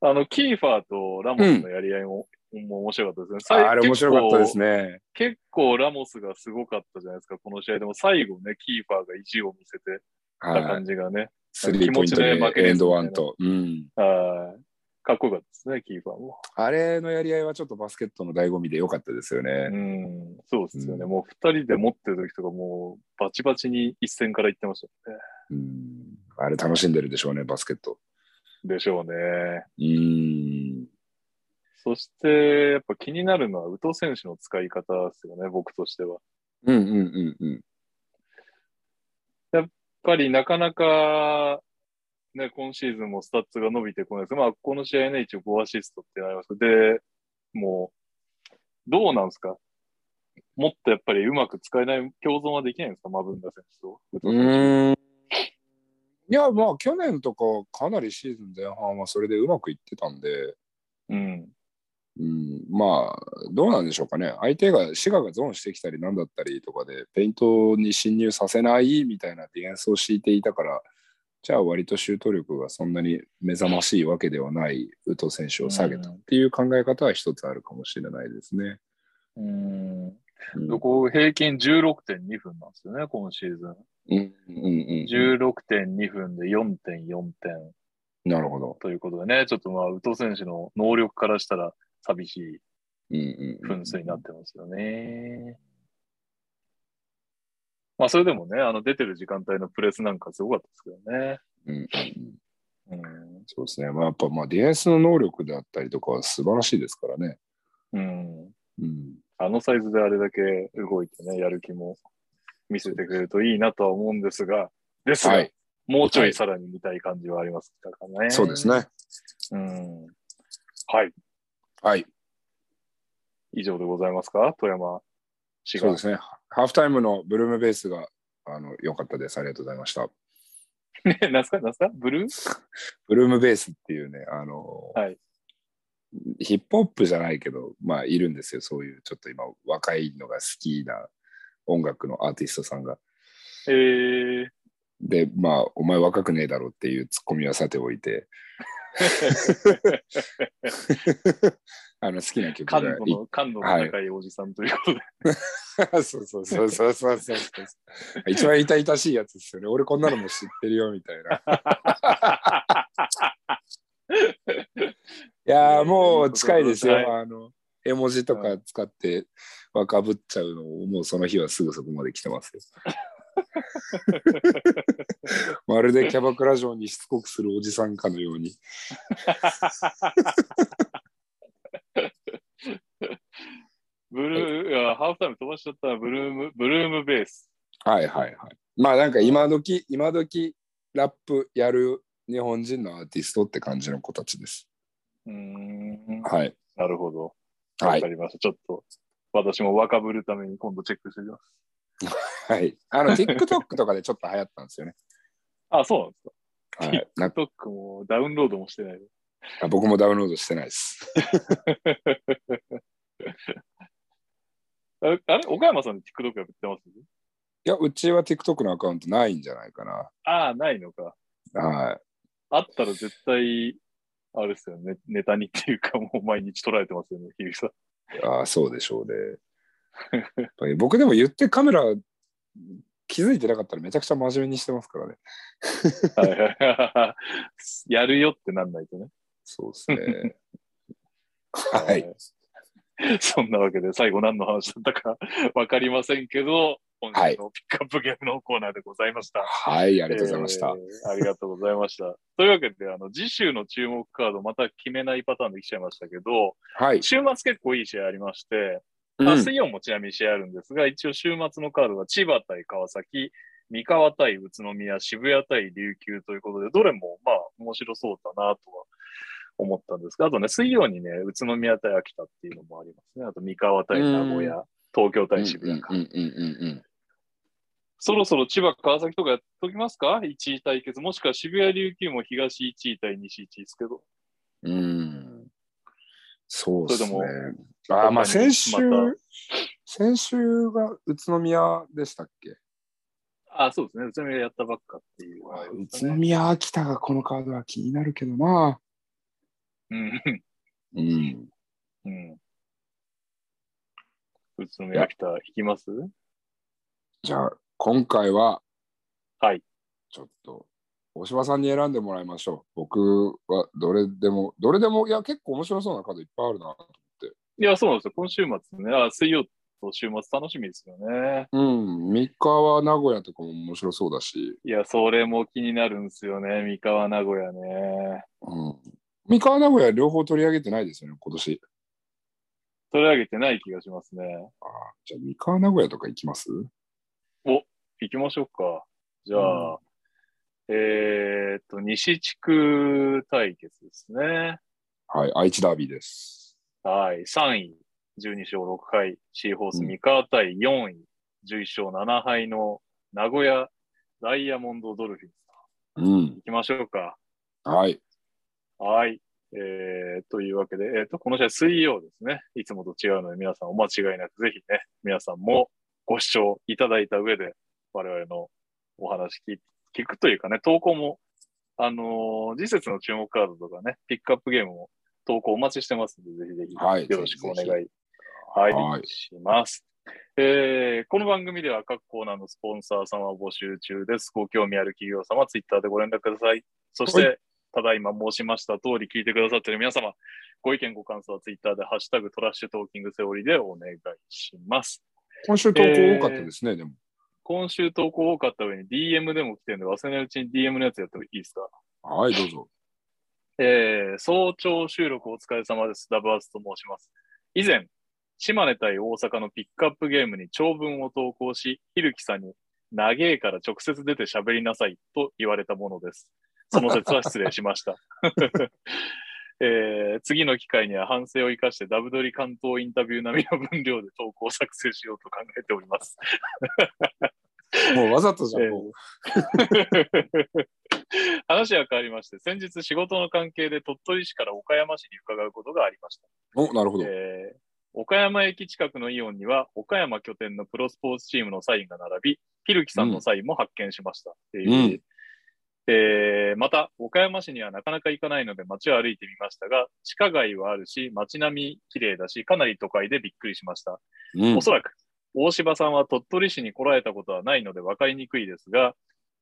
あの、キーファーとラモスのやり合いも、もう面白かったですね。あれ面白かったですね。ね。結構ラモスがすごかったじゃないですか、この試合でも最後ね、キーファーが意地を見せてたは感い。じがね、スリーポイントで気持ちで負けですエンドワンと、うん。はいかっこよかったですね、キーファーも。あれのやり合いはちょっとバスケットの醍醐味で良かったですようね。ん、そうですよね。うもう二人で持ってる時とかもうバチバチに一戦から行ってましたよね。うん。あれ楽しんでるでしょうね、バスケット。でしょうね。うん。そして、やっぱ気になるのは、宇都選手の使い方ですよね、僕としては。うんうんうんうん。やっぱりなかなか、ね、今シーズンもスタッツが伸びてこないです。まあ、この試合ね、一応5アシストってなります。で、もう、どうなんですかもっとやっぱりうまく使えない、共存はできないんですかマブンダ選手と。うん。いや、まあ去年とかはかなりシーズン前半はそれでうまくいってたんで、うん。うん、まあどうなんでしょうかね相手が滋賀がゾーンしてきたりなんだったりとかでペイントに侵入させないみたいなディフェンスを敷いていたからじゃあ割とシュート力がそんなに目覚ましいわけではない宇都選手を下げたっていう考え方は一つあるかもしれないですね。うん。うんどこ、平均16.2分なんですよね、今シーズン。うんうんうんう16.2分で4.4点ん。なるほど。ということでね、ちょっとまあ、宇藤選手の能力からしたら寂しいうんうんうん。分数になってますよね。まあ、それでもね、あの、出てる時間帯のプレスなんかすごかったですけどね。うんうんうんうんそうですね。まあ、やっぱ、まあ、ディフェンスの能力であったりとかは素晴らしいですからね。うん、うん。あのサイズであれだけ動いてね、やる気も見せてくれるといいなとは思うんですが、ですが、はい。もうちょはいいさらに見たい感じはありますからね。そうです。ね。うん。はい。はい。以上でございますか富山市そうがで。すね。ハーフタイムのブルームベースが、あの、良かったです。ありがとうございました。ね、 なんすかなんすかブルーブルームベースっていうね、あの、はいヒップホップじゃないけど、まあ、いるんですよ。そういう、ちょっと今、若いのが好きな音楽のアーティストさんが。えで、まあ、お前若くねえだろっていうツッコミはさておい て、 あの、好きなー、曲が感度の、感度の高いおじさんということで。 そうそうそうそうそうそうそう。一番痛々しいやつですよね。俺こんなのも知ってるよみたいな。いやーもう近いですよ。はいあの絵文字とか使って若ぶっちゃうのをもうその日はすぐそこまで来てますよ。まるでキャバクラ城にしつこくするおじさんかのように。ブルー、いやハーフタイム飛ばしちゃったらブルーム、ブルームベース。はいはいはい。まあなんか今時今時ラップやる日本人のアーティストって感じの子たちです。うーん。はい。なるほど。はわいか。りました。ちょっと、私も若ぶるために今度チェックしてみます。はい。あの、TikTok とかでちょっと流行ったんですよね。あ、そうなんですか。はい。なんか TikTok もダウンロードもしてない。僕もダウンロードしてないです。あれ、あれ岡山さんで TikTok やってますいや、うちは TikTok のアカウントないんじゃないかああ、ないのか。な。はい。あったら絶対、あれですよね。ネタにっていうか、もう毎日取られてますよね、日々さん。ああ、そうでしょうね。やっぱり僕でも言ってカメラ気づいてなかったらめちゃくちゃ真面目にしてますからね。はいはいはいやるよってなんないとね。そうですね。はい。はい。そんなわけで、最後何の話だったかわかりませんけど、本は日いのピックアップゲームのコーナーでございました。はい、ありがとうございました。えーありがとうございました。というわけで、あの、次週の注目カード、また決めないパターンできちゃいましたけど、はい。週末結構いい試合ありまして、うんあ水曜もちなみに試合あるんですが、一応週末のカードが千葉対川崎、三河対宇都宮、渋谷対琉球ということで、どれもまあ面白そうだなとは思ったんですが、あとね、水曜にね、宇都宮対秋田っていうのもありますね。あと三河対名古屋、東京うん対渋谷か。うんうんうんうんそろそろ千葉、川崎とかやっときますか ?1 位対決。もしくは渋谷、琉球も東1位対西1位ですけど。うん。うん。そうですねそれ。ああ、まあ他に先週ま、先週が宇都宮でしたっけあ、そうですね。宇都宮やったばっかっていう。宇都宮、秋田がこのカードは気になるけどな。うん。うん。うん。宇都宮、秋田、行きますじゃあ、今回は、はい。ちょっと、大島さんに選んでもらいましょう。僕は、どれでも、どれでも、いや、結構面白そうなカードいっぱいあるな。いや、そうなんですよ。今週末ね、あ水曜と週末楽しみですよね。うん。三河、名古屋とかも面白そうだし、いや、それも気になるんですよね。三河、名古屋ね。うん。三河、名古屋両方取り上げてないですよね、今年。取り上げてない気がしますね。あーじゃあ、三河、名古屋とか行きます行きましょうか。じゃあ、えーっと、西地区対決ですね。はい。愛知ダービーです。はい。3位、12勝6敗、シーホース三河対4位、11勝7敗の名古屋ダイヤモンドドルフィンズ。うん。行きましょうか。はい。はい。えー、というわけで、えーっと、この試合水曜ですね。いつもと違うので皆さんお間違いなく、ぜひね、皆さんもご視聴いただいた上で、我々のお話聞聞くというかね、投稿も、あのー次節の注目カードとかね、ピックアップゲームも投稿お待ちしてますので、ぜひぜひはいよろしくお願い、ぜはひいはいします。えーこの番組では各コーナーのスポンサー様を募集中です。ご興味ある企業様、ツイッターでご連絡ください。そして、はただいま申しました通り聞いてくださっている皆様、ご意見ご感想はツイッターでハッシュタグトラッシュトーキングセオリーでお願いします。今週投稿多かったですね、でも。今週投稿多かった上に DM でも来てるんで、忘れないうちに DM のやつやってもいいですかはい、どうぞ。えー早朝収録お疲れ様です。ダブアツと申します。以前、島根対大阪のピックアップゲームに長文を投稿し、ひるきさんに、長えから直接出て喋りなさいと言われたものです。その説は失礼しました。えー次の機会には反省を生かしてダブドリ関東インタビュー並みの分量で投稿を作成しようと考えております。 もうわざとじゃん、えーもう。話は変わりまして、先日仕事の関係で鳥取市から岡山市に伺うことがありました。お、なるほど。えー岡山駅近くのイオンには、岡山拠点のプロスポーツチームのサインが並び、ひるきさんのサインも発見しました。えーえーまた、岡山市にはなかなか行かないので街を歩いてみましたが、地下街はあるし、街並み綺麗だし、かなり都会でびっくりしました。うんおそらく、大柴さんは鳥取市に来られたことはないので分かりにくいですが、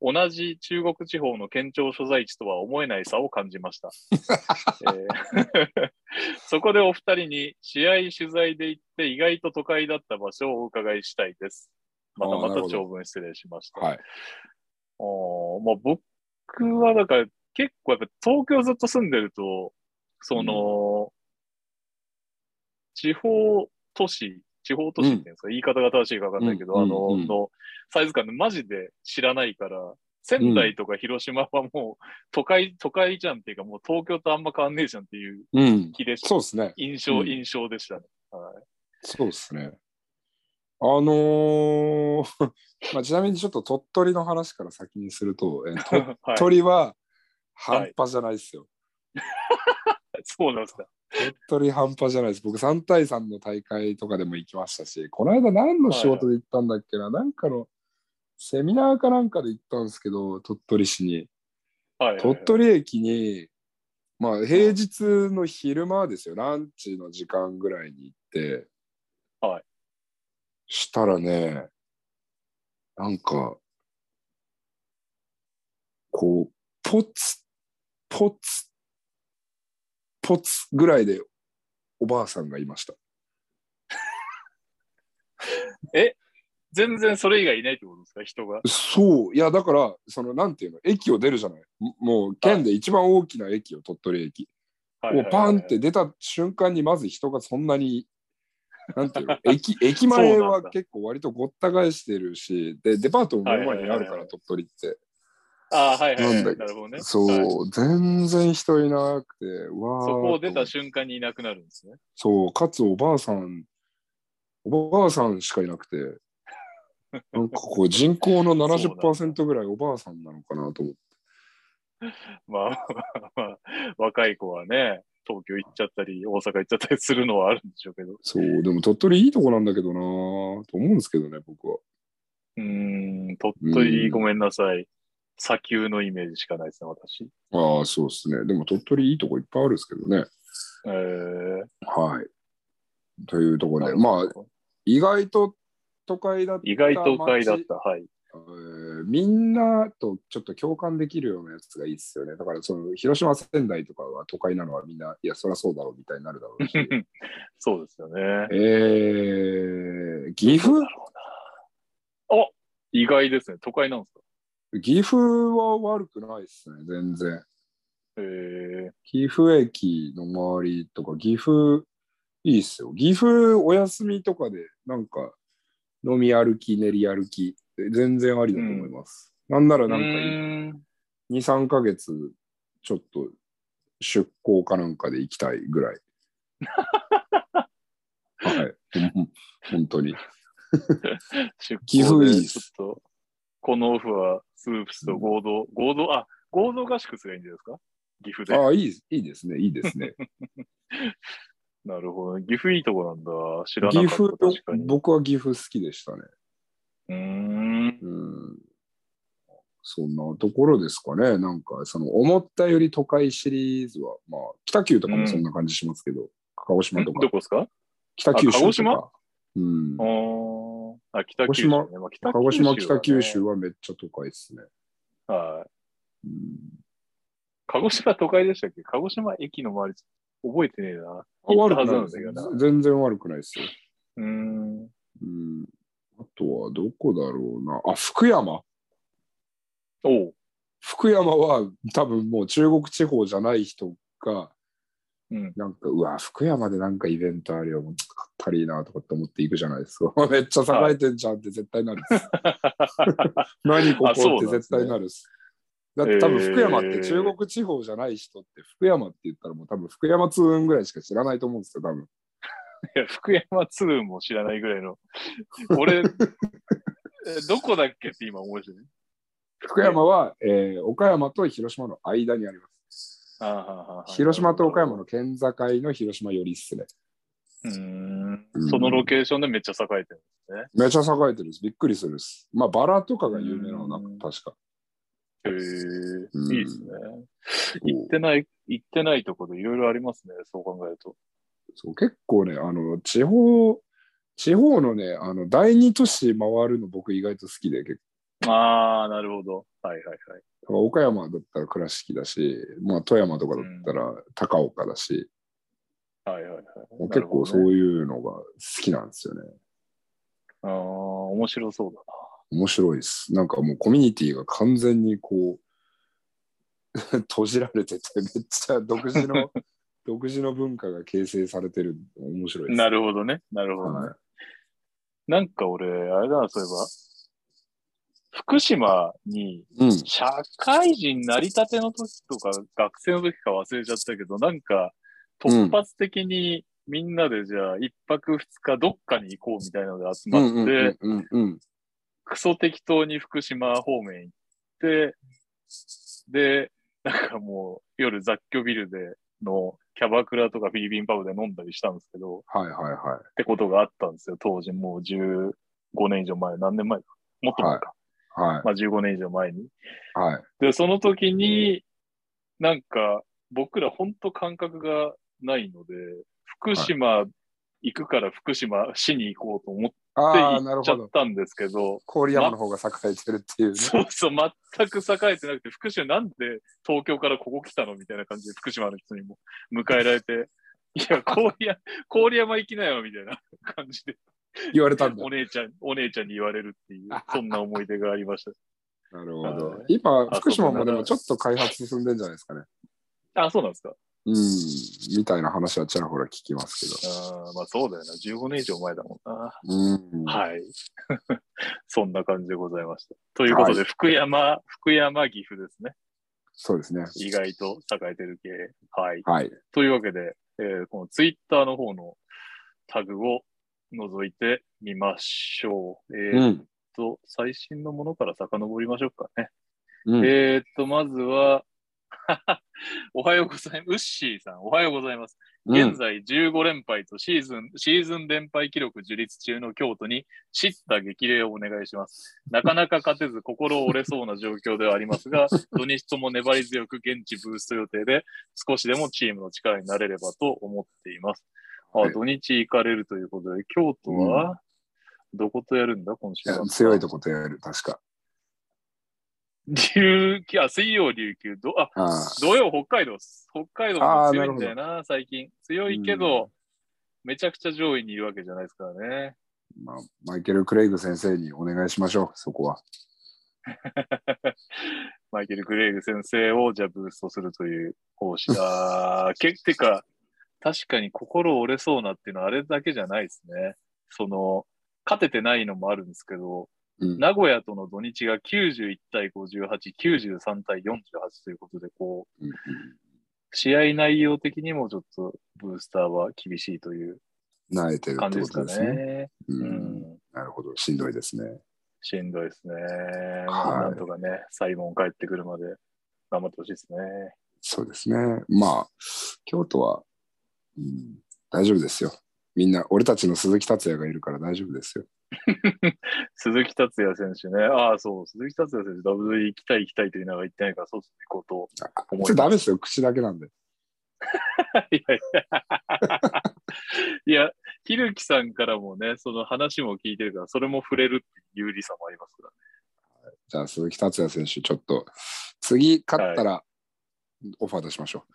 同じ中国地方の県庁所在地とは思えない差を感じま した。えー そこでお二人に試合取材で行って意外と都会だった場所をお伺いしたいです。またあーまなるたほど長文失礼しました。はい。おまあ、僕はだから結構やっぱ東京ずっと住んでると、その、地方都市、地方都市っていうんですか、言い方が正しいかわかんないけど、うんあの、うんうんのサイズ感でマジで知らないから、仙台とか広島はもう都会、都会じゃんっていうか、もう東京とあんま変わんねえじゃんっていううん。気でした。そうですね。印象、うん印象でしたね。はいそうですね。あのー まあ、ちなみにちょっと鳥取の話から先にすると、えー鳥 はい、鳥取はは半い端じゃないですよ。そうなんですか。鳥取半端じゃないです。僕3対3の大会とかでも行きましたし、この間何の仕事で行ったんだっけな、なんかのセミナーかなんかで行ったんですけど、鳥取市に。はいはいはい、鳥取駅に、まあ平日の昼間ですよ、ランチの時間ぐらいに行って、はい。したらね、なんか、こう、ポツ、ポツ、ポツぐらいでおばあさんがいました。全然それ以外いないってことですか、人が。そう、いやだから、そのなんていうの、駅を出るじゃない。ももう県で一番大きな駅よ、鳥取はいはい駅。をはいパンって出た瞬間にまず人がそんなに、なんてい うの、駅駅前そうなはんだ結構割とごった返してるし、で、デパートも目の前にあるはいはいはいかはら、い鳥取って。あーはいはい、はい。ななんだるほどね。そう、はい全然人いなくて、わーそこを出たと瞬間にいなくなるんですね。そう、かつおばあさん、おばあさんしかいなく て、なんかこう人口の70%ぐらいおばあさんなのかなと思って。まあ、まあまあ、若い子はね、東京行っちゃったり、大阪行っちゃったりするのはあるんでしょうけど。そう、でも鳥取いいとこなんだけどなーと思うんですけどね、僕は。うーん、鳥取、うんごめんなさい。砂丘のイメージしかないですね、私。ああ、そうですね。でも鳥取いいとこいっぱいあるんですけどね。えー、はい。というとこなろで、るほまあ、ど意外と都会だった意外と都会だった。はい。 えーみんなとちょっと共感できるようなやつがいいですよね。だから、その、広島、仙台とかは都会なのはみんな、いや、そりゃそうだろうみたいになるだろ うし。そうですよね。えー、岐どう阜だろうな。あ意外ですね。都会なんですか岐阜は悪くないですね、全然。えー、岐阜駅の周りとか、岐阜、いいっすよ。岐阜、お休みとかで、なんか、飲み歩き、練り歩き、全然ありだと思います。なんなら、なんか、う2、ーん3ヶ月、ちょっと、出向かなんかで行きたいぐらい。 はい。本当に。出岐向阜いでいっちすょっと、このオフはスープスと合同、合同、あ、合同合宿すればいいんじゃないですか岐阜で。ああ、いい、いいですね、いいですね。なるほどね。岐阜いいとこなんだ。 知らなか岐った。阜、確かに。う僕は岐阜好きでしたね。ーん。うんそんなところですかね。なんか、その、思ったより都会シリーズは、まあ、北九とかもそんな感じしますけど、鹿児島とどか、こですか北九あ州と鹿児島か、うんあ。ーあ、北九州、ね鹿。まあ北鹿児島、北九州はねはめっちゃ都会ですね。はい。うん鹿児島都会でしたっけ鹿児島駅の周り、覚えてねえな。あ行ったは悪ずくなんなだけいどな。全然悪くないですよ。うーん。うん。あとはどこだろうな。あ、福山。おう。福山は多分もう中国地方じゃない人が、うん。なんか、うわ、福山でなんかイベントあるよ、もうかったりいいなとかって思っていくじゃないですか。 めっちゃ栄えてんじゃんって絶対なる っす。何こあそうこなんですねって絶対なるっす。だって多分えー福山って中国地方じゃない人って福山って言ったらもう多分福山通運ぐらいしか知らないと思うんですよ、多分。いや、福山通も知らないぐらい の。俺、えどこだっけって今思い出してね。福山は、えー岡山と広島の間にあります。あーはーはーはー広島と岡山の県境の広島寄りっすね。うーんうんそのロケーションでめっちゃ栄えてる。めちゃ栄えてるです。びっくりするです。まあ、バラとかが有名なのかうんな、確か。へうんえ、いいですね。行っそうてない、行ってないところいろいろありますね、そう考えると。そう結構ね、あの、地方、地方のね、あの、第二都市回るの僕意外と好きで、結ああ、なるほど。はいはいはい。構岡山だったら倉敷だし、まあ、富山とかだったら高岡だし、はいはいはい。もう結構そなるほどねういうのが好きなんですよね。ああ、面白そうだ面白いです。なんかもうコミュニティが完全にこう、 閉じられてて、めっちゃ独 自の、独自の文化が形成されてる。面白いでな。す。なるほどね。なるほどね。はいなんか俺、あれだな、そういえば。福島に、うん。社会人なりたての時とか、学生の時か忘れちゃったけど、なんか、突発的にみんなでじゃあ、一泊二日どっかに行こうみたいなので集まって、うんうんうんうんクソ適当に福島方面行って、で、なんかもう夜雑居ビルでのキャバクラとかフィリピンパブで飲んだりしたんですけど、っはいはいはてことがあったんですよ。当時もう15年以上前、何年前か。もっと前か。い。はまあ15年以上前に。い。はい。で、その時に、なんか僕らほんと感覚がないので、福島行くから福島市に行こうと思ってああ、な行るっちゃほっど。たんですけど郡山の方が栄えてるっていうね。そうそう、全く栄えてなくて、福島なんで東京からここ来たのみたいな感じで、福島の人にも迎えられ て、いや、郡山、郡山行きなよ、みたいな感じで、言われたんだお。姉ちゃん、お姉ちゃんに言われるっていう、そんな思い出がありましなるほどはい。今、あ福島もでそもうちょっと開発進んでんじゃないですかね。た。あ、そうなんですか。うん。みたいな話はちらほら聞きますけあーまあそうだよな、15年以上前だもんな。ど。うん。はい。 そんな感じでございました。ということで、は福山、福山岐阜ですね。そうですね。意外と栄えてる系。はい。はい。というわけで、えーこのツイッターの方のタグを覗いてみましょう。えうーっん。と、最新のものから遡りましょうかね。うん。えーっと、まずは、 おはようございます。ウッシーさん、おはようございます。現在15連敗とシーズン、シーズン連敗記録樹立中の京都に、叱咤激励をお願いします。なかなか勝てず心折れそうな状況ではあります が、土日とも粘り強く現地ブースト予定で、少しでもチームの力になれればと思っています。あはい土日行かれるということで、京都は、どことやるんだ、今週いやは。強いとことやる、確か。琉球、あ、水曜琉球、ど、あ、ああ土曜北海道っす、北海道も強いんだよな、最近。強いけど、めちゃくちゃ上位にいるわけじゃないですからね。まあ、マイケル・クレイグ先生にお願いしましょう、そこは。マイケル・クレイグ先生をじゃあブーストするという方針。 あーけってか、確かに心折れそうなっていうのはあれだけじゃないですね。その、勝ててないのもあるんですけど、うん名古屋との土日が91対58、93対48ということで、こう、うんうん試合内容的にもちょっとブースターは厳しいという慣れてるっ感じてですこかとですね。ね。う、うんん、なるほど、しんどいですね。しんどいですね。まあなんとかね、サイモン帰ってくるまで頑張ってほしいですね。そうですね。まあ、京都は、うん、大丈夫ですよ。みんな、俺たちの鈴木達也がいるから大丈夫ですよ。鈴木達也選手ね。ああ、そう、鈴木達也選手、WE 行きたい行きたいと言いながら行ってないから、そうですね、行こうあ思いますそれダメですよ、口だけなんで。 と。いやいや、いや、ひるきさんからもね、その話も聞いてるから、それも触れるっていう有利さもありますからね。じゃあ、鈴木達也選手、ちょっと、次勝ったら、オファー出しましょう。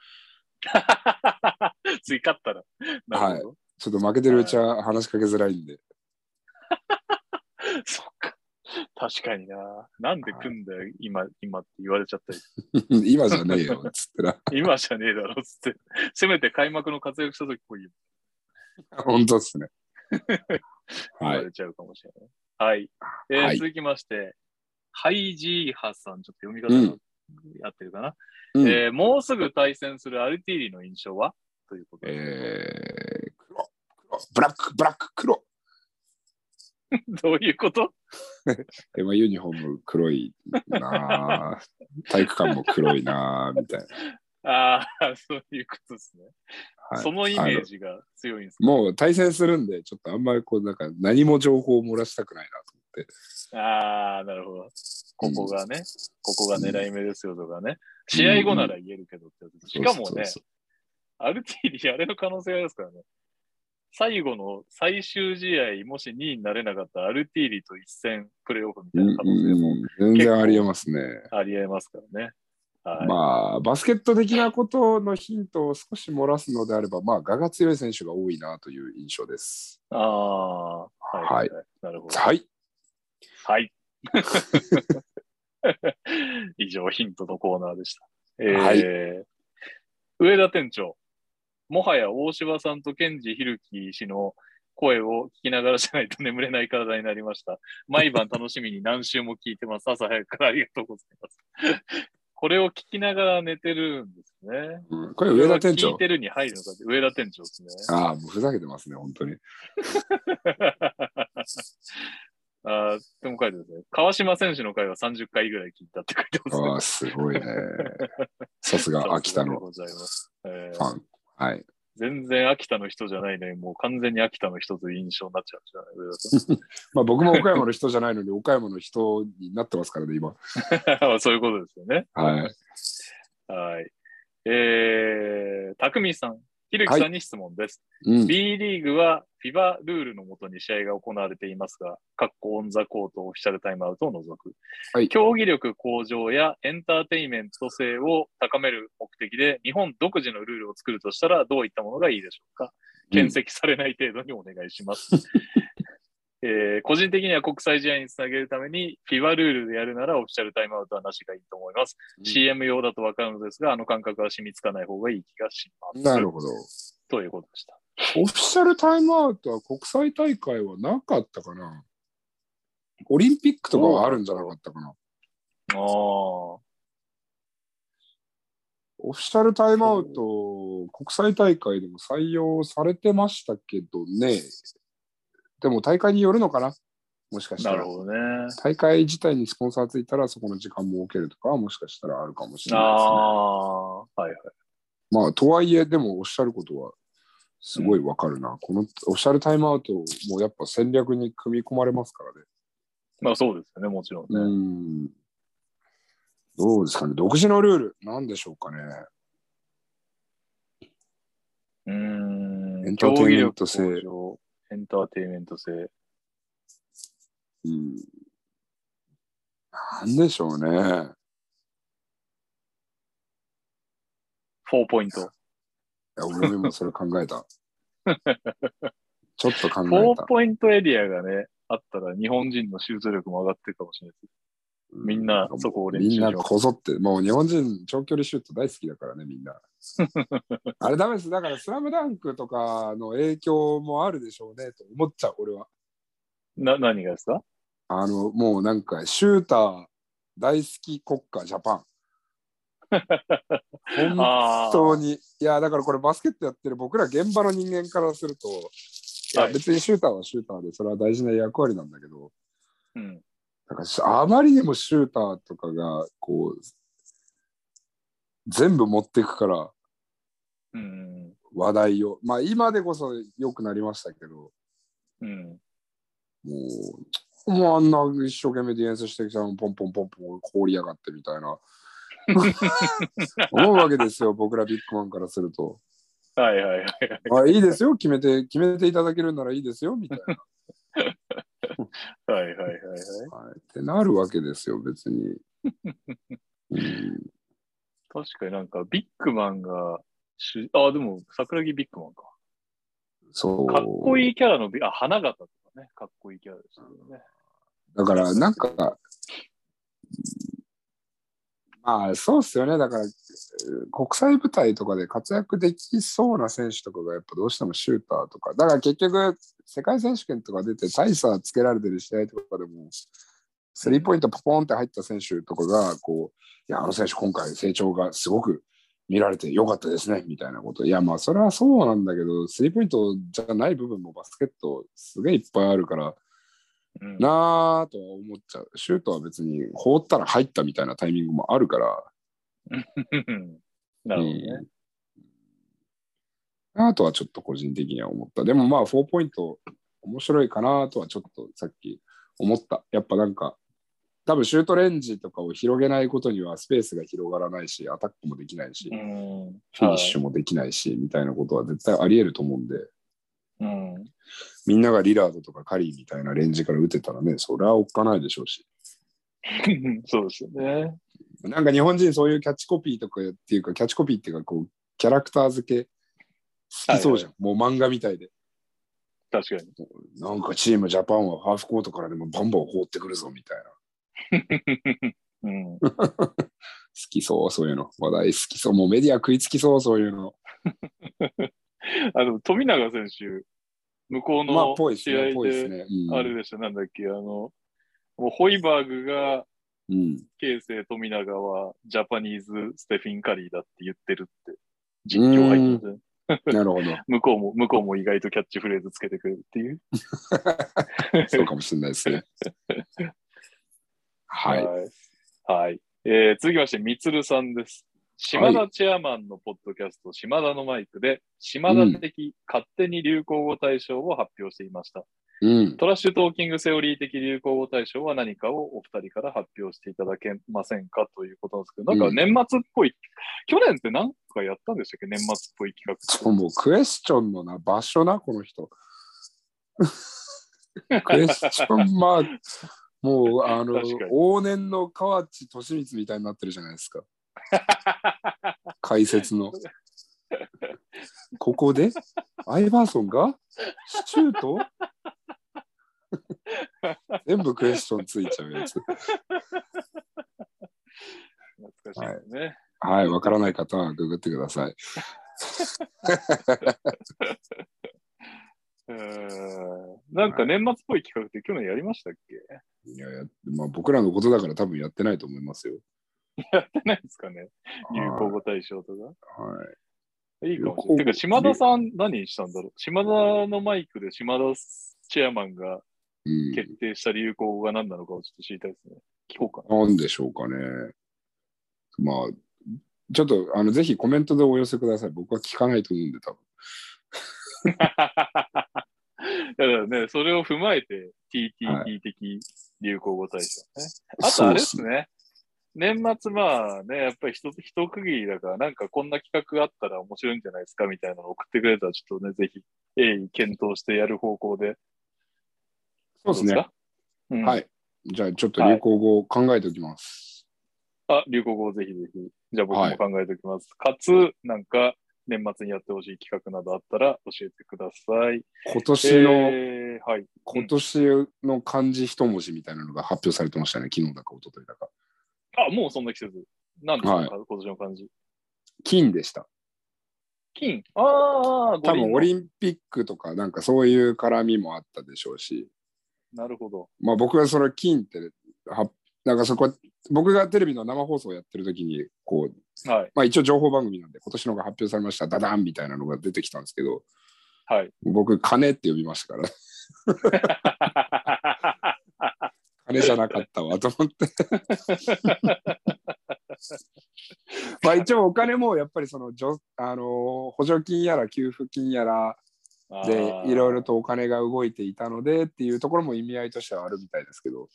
次勝ったら。 なるほど。ちょっと負けてるうちは話しかけづらいんで。 そっか。確かにな。なんで組んだよ、今、今って言われちゃったり。今じゃねえよ、つってな。 今じゃねえだろ、つって。せめて開幕の活躍した時こう言本当っ すね。はわい。れちゃうかもしれない。はい。えーはい続きまして、ハイジーハさん、ちょっと読み方が合ってるかな。うんえーもうすぐ対戦するアルティーリの印象はということで、えー、黒、黒、ブラック、ブラック、黒。 どういうことえまあ、ユニフォーム黒い なぁ体育館も黒いなぁみたいな。ああ、そういうことですね。はいそのイメージが強いんですあのもう対戦するんで、ちょっとあんまりこう、なんか何も情報を漏らしたくないなと思って。ああ、なるほど。ここがね、ここが狙い目ですよとかね。試合後なら言えるけどってやつ。しかもね、そうそうアルティーリ、あれの可能性ありますからね。最後の最終試合、もし2位になれなかったらアルティーリと一戦プレーオフみたそういうなん可能性うもん全然ありえますね。ありえますからね。はい。まあ、バスケット的なことのヒントを少し漏らすのであれば、まあ、我が強い選手が多いなという印象です。ああ、はい、はい。なるほど。はい。 はい。以上、ヒントのコーナーでした。えーはい上田店長、もはや大柴さんとケンジ・ヒルキ氏の声を聞きながらじゃないと眠れない体になりました。毎晩楽しみに何週も聞いてます。朝早くからありがとうございます。これを聞きながら寝てるんですね。うんこれ、上田店聞長い。てるに入るのかって、上田店長ですね。ああ、もうふざけてますね、本当に。あーでも書いてますね。川島選手の回は30回ぐらい聞いたって書いてますねあ。あ、すごいね。さすが、秋 さすが田でのございます、えフーァン。はい。全然秋田の人じゃないね。もう完全に秋田の人という印象になっちゃうじゃない上まあ、僕も岡山の人じゃないのに、岡山の人になってますからね、今。田 さん。そういうことですよね。はい。はい。えー、匠さん。ひるきさんに質問です。うん。 B リーグは FIBA ルールのもとに試合が行われていますが、各オンザコートオフィシャルタイムアウトを除く、はい競技力向上やエンターテインメント性を高める目的で、日本独自のルールを作るとしたらどういったものがいいでしょうかうん検責されない程度にお願いし ます。えー個人的には国際試合につなげるために FIBA ルールでやるならオフィシャルタイムアウトはなしがいいと思います。うん CM 用だとわかるのですが、あの感覚は染みつかない方がいい気がします。なるほど。ということでした。オフィシャルタイムアウトは国際大会はなかったかなオリンピックとかはあるんじゃなかったかなああ。オフィシャルタイムアウト、国際大会でも採用されてましたけどね。でも大会によるのかなもしかしたなら。るほどね。大会自体にスポンサーついたら、そこの時間も設けるとかは、もしかしたらあるかもしれあないですね。あ、はいはい。まあ、とはいえ、でもおっしゃることは、すごいわかるな。このオフィシャルタイムアウトもやっぱ戦略に組み込まれますからね。まあそうですよね、もちろんうね。ん。どうですかね。独自のルール、なんでしょうかね。うーん。エンターテインメント性競技力向上。エンターテインメント性。うん。なんでしょうね。 4ポイント。いや俺も今それ考えた。ちょっと考え4た。ポイントエリアがね、あったら日本人の集中力も上がってるかもしれないです。みんなそこを練習みしんよなうこぞって、もう日本人長距離シュート大好きだからね、み んな。あれダメです。だから、スラムダンクとかの影響もあるでしょうね、と思っちゃう、俺は。な、何がですかあの、もうなんか、シューター大好き国家ジ ャパン。本当に。いや、だからこれバスケットやってる僕ら現場の人間からすると、いや、はい別にシューターはシューターで、それは大事な役割なんだけど、うん。なんかあまりにもシューターとかがこう全部持っていくからうん。話題をまあ今でこそ良くなりましたけどうん。もうもうあんな一生懸命ディフェンスしてきたのポンポンポンポン凍りやがっ て みたいな思うわけですよ僕らビッグマンからするとはいはいはい。あいいですよ、決めて、決めていただけるならいいですよ、みたいな。はいはいはいはい。はい、ってなるわけですよ、別に。 うん、確かになんか、ビッグマンが主、あ、でも、桜木ビッグマンか。そう。かっこいいキャラのビ、あ、花形とかね、かっこいいキャラですよね。だから、なんか、うんまあ、そうっすよね。だから、えー国際舞台とかで活躍できそうな選手とかが、やっぱどうしてもシューターとか。だから結局、世界選手権とか出て、大差つけられてる試合とかでも、スリーポイントポポンって入った選手とかが、こう、いや、あの選手、今回成長がすごく見られてよかったですね、みたいなこと。いや、まあ、それはそうなんだけど、スリーポイントじゃない部分もバスケット、すげえいっぱいあるから、うん、なぁとは思っちゃう。シュートは別に放ったら入ったみたいなタイミングもあるから、なるほどね。うんなぁとはちょっと個人的には思った。でもまあ、4ポイント面白いかなとはちょっとさっき思った。やっぱなんか、多分シュートレンジとかを広げないことにはスペースが広がらないし、アタックもできないし、うん。フィニッシュもできないし、みたいなことは絶対あり得ると思うんで、はい。うん。みんながリラードとかカリーみたいなレンジから打てたらね、それはおっかないでしょうし。 そうですよね。なんか日本人そういうキャッチコピーとかっていうか、キャッチコピーっていうか、こう、キャラクター付け好きそうじゃん。もう漫画みたいで。確かに。なんかチームジャパンはハーフコートからでもバンバン放ってくるぞみたいな。好うん。きそう、そういうの。話題好きそう。もうメディア食いつきそう、そういうの。あの、富永選手、向こうまあ、ぽのいです試合ね、ぽいですで、ね。うん、あれでした、なんだっけ、あの、もうホイバーグが、うん。京成富永はジャパニーズステフィン・カリーだって言ってるって、実況入ってましたねなるほど。向こうも、向こうも意外とキャッチフレーズつけてくれるっていう。そうかもしれない ですね。はい。はい。はいえー続きまして、みつるさんです。島田チェアマンのポッドキャスト、島田のマイクで、島田的勝手に流行語大賞を発表していました。うん。トラッシュトーキングセオリー的流行語大賞は何かをお二人から発表していただけませんかということなんですけど、なんか年末っぽい、去年って何かやったんでしたっけ年末っぽい企ちょもうクエスチョンのな、場所な、この人。 クエスチョンマーク。もう、あの確かに、往年の河内俊光みたいになってるじゃないですか。 解説の。ここで、アイバーソンがシチュート 全部クエスチョンついちゃうやつ。画。懐かしいですね。はい、わからない方はググってください。うーんなんか年末っぽい企画って去年やりましたっけやいやいや、まあ、僕らのことだから多分やってないと思いますよ。ってないですかね流行語大賞とはいか。いいかもし流れ行語ない。てか、島田さん何したんだろう島田のマイクで島田チェアマンがうん決定した流行語が何なのかをちょっと知りたいですね。聞こうかなんでしょうかね。まあ、ちょっと、あの、ぜひコメントでお寄せください。僕は聞かないと思うんで、多分。な。 だからね、それを踏まえて TTT 的流行語大賞ね。あとあれですそうっね。年末まあね、やっぱり一一区切りだから、なんかこんな企画あったら面白いんじゃないですかみたいなの送ってくれたら、ちょっとね、ぜひ、鋭意検討してやる方向で。そうですねどか。うんはいじゃあ、ちょっと流行語を考えておきます。あ、流行語をぜひぜひ。じゃあ僕も考えておきます。かつ、なんか、年末にやってほしい企画などあったら教えてください。今年の、えーはい。今年の漢字一文字みたいなのが発表されてましたね。昨日だか一昨日だか。あ、もうそんな季節。何ですか、はい今年の感じ。金でした。金。ああ、多分オり。リンピックとか、なんかそういう絡みもあったでしょうし、なるほど。まあ僕はそれ金って、はなんかそこ、僕がテレビの生放送をやってる時に、こう、はい。まあ一応情報番組なんで、今年のが発表されました、ダダンみたいなのが出てきたんですけど、 はい。僕、金って呼びましたから、 金じゃなかったわと思って。 まあ一応お金もやっぱりその助、あのー補助金やら給付金やらであーいろいろ。とお金が動いていたのでっていうところも意味合いとしてはあるみたいですけど、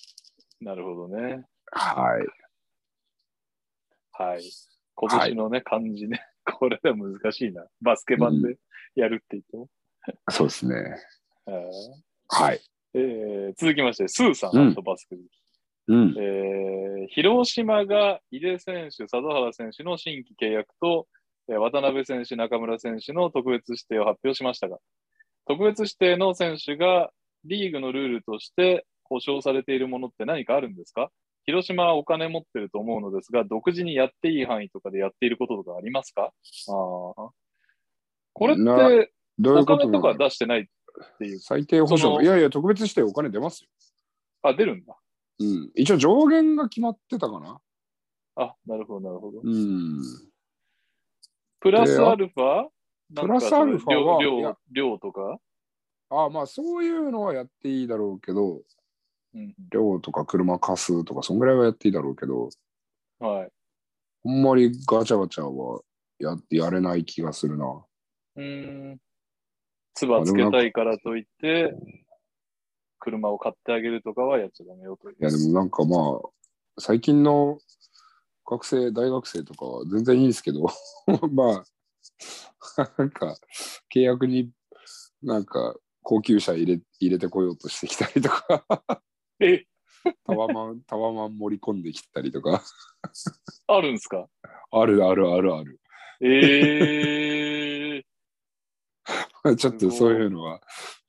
なるほどね。はい。はい。今年のね、漢字ね。 これは難しいな。バスケ版でやるって言っても。そうですね。あーはい。えー続きまして、スーさうんん、とバスケ好き。うん。えー広島が井出選手、佐渡原選手の新規契約と、えー渡辺選手、中村選手の特別指定を発表しましたが、特別指定の選手がリーグのルールとして保証されているものって何かあるんですか広島はお金持ってると思うのですが、独自にやっていい範囲とかでやっていることとかありますかあーこれっなてどういおうこと金なとのか出してないっていう。最低保そ障。のいやいや、特別してお金出ますよ。あ、出るんだ。うん。一応上限が決まってたかな。あ、なるほど、なるほど。うん。プラスアルファプラスアルファは量いや量量とか、ああ、まあそういうのはやっていいだろうけど、うん寮とか車貸すとか、そんぐらいはやっていいだろうけど、はい。あんまりガチャガチャはやってやれない気がするな。うーん。つばつけたいからといって、車を買ってあげるとかはやっちゃダメよという。いや、でもなんかまあ、最近の学生、大学生とかは全然いいんですけど、 まあ、なんか、契約になんか、高級車入れ入れてこようとしてきたりとか、え、タワマン、タワマン盛り込んできたりとか、あるんすかあるあるあるある。ええ ちょっとそういうのは、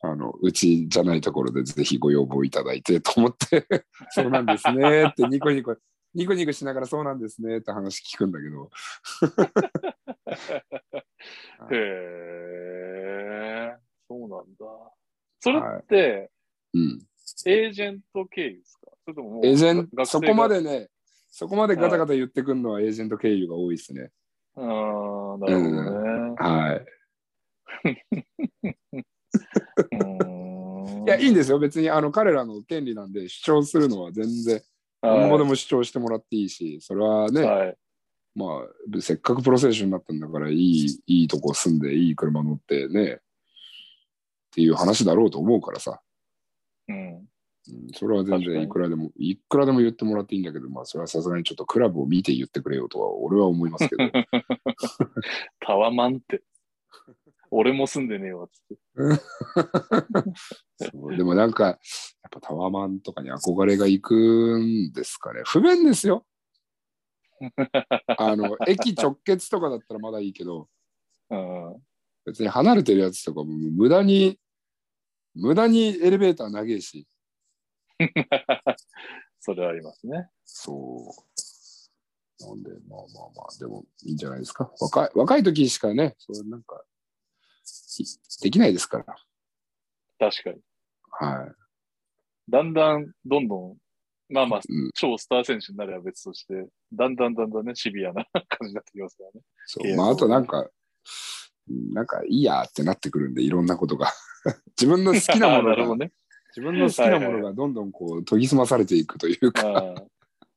あの、うちじゃないところでぜひご要望いただいてと思って、 そうなんですねってニコニコ、ニコニコしながらそうなんですねって話聞くんだけど、へえそうなんだ。それって、うん。エージェント経由ですかそれとももうエージェン学生がそこまでね、そこまでガタガタ言ってくるのはエージェント経由が多いですね。ああ、なるほどね。はい。うーんいや、いいんですよ。別にあの彼らの権利なんで主張するのは全然、はい何もでも主張してもらっていいし、それはね、はい。まあ、せっかくプロ選手になったんだから、いい、いいとこ住んで、いい車乗ってね、っていう話だろうと思うからさ。うん。うんそれは全確か然にいくらでも、いくらでも言ってもらっていいんだけど、まあ、それはさすがにちょっとクラブを見て言ってくれよとは、俺は思いますけ ど。タワマンって。俺も住んでねえわっつって。そうでもなんか、やっぱタワマンとかに憧れがいくんですかね。不便です よ。あの、駅直結とかだったらまだいいけど、うん。別に離れてるやつとかも無駄に、無駄にエレベーター長いし、それはありますね。そう。なんで、まあまあまあ、でもいいんじゃないですか。若い、若い時しかね、そうなんか、いできないですから。確かに。はい。だんだん、どんどん、まあまあ、うん超スター選手になれば別として、だんだんだんだんね、シビアな 感じになってきますからね。そ契う。約まあ、をあとなんか、なんかいいやってなってくるんで、いろんなことが。 自分の好きなも なのるほどが、ね。自分の好きなものがどんどんこう研ぎ澄まされていくと いうか、うん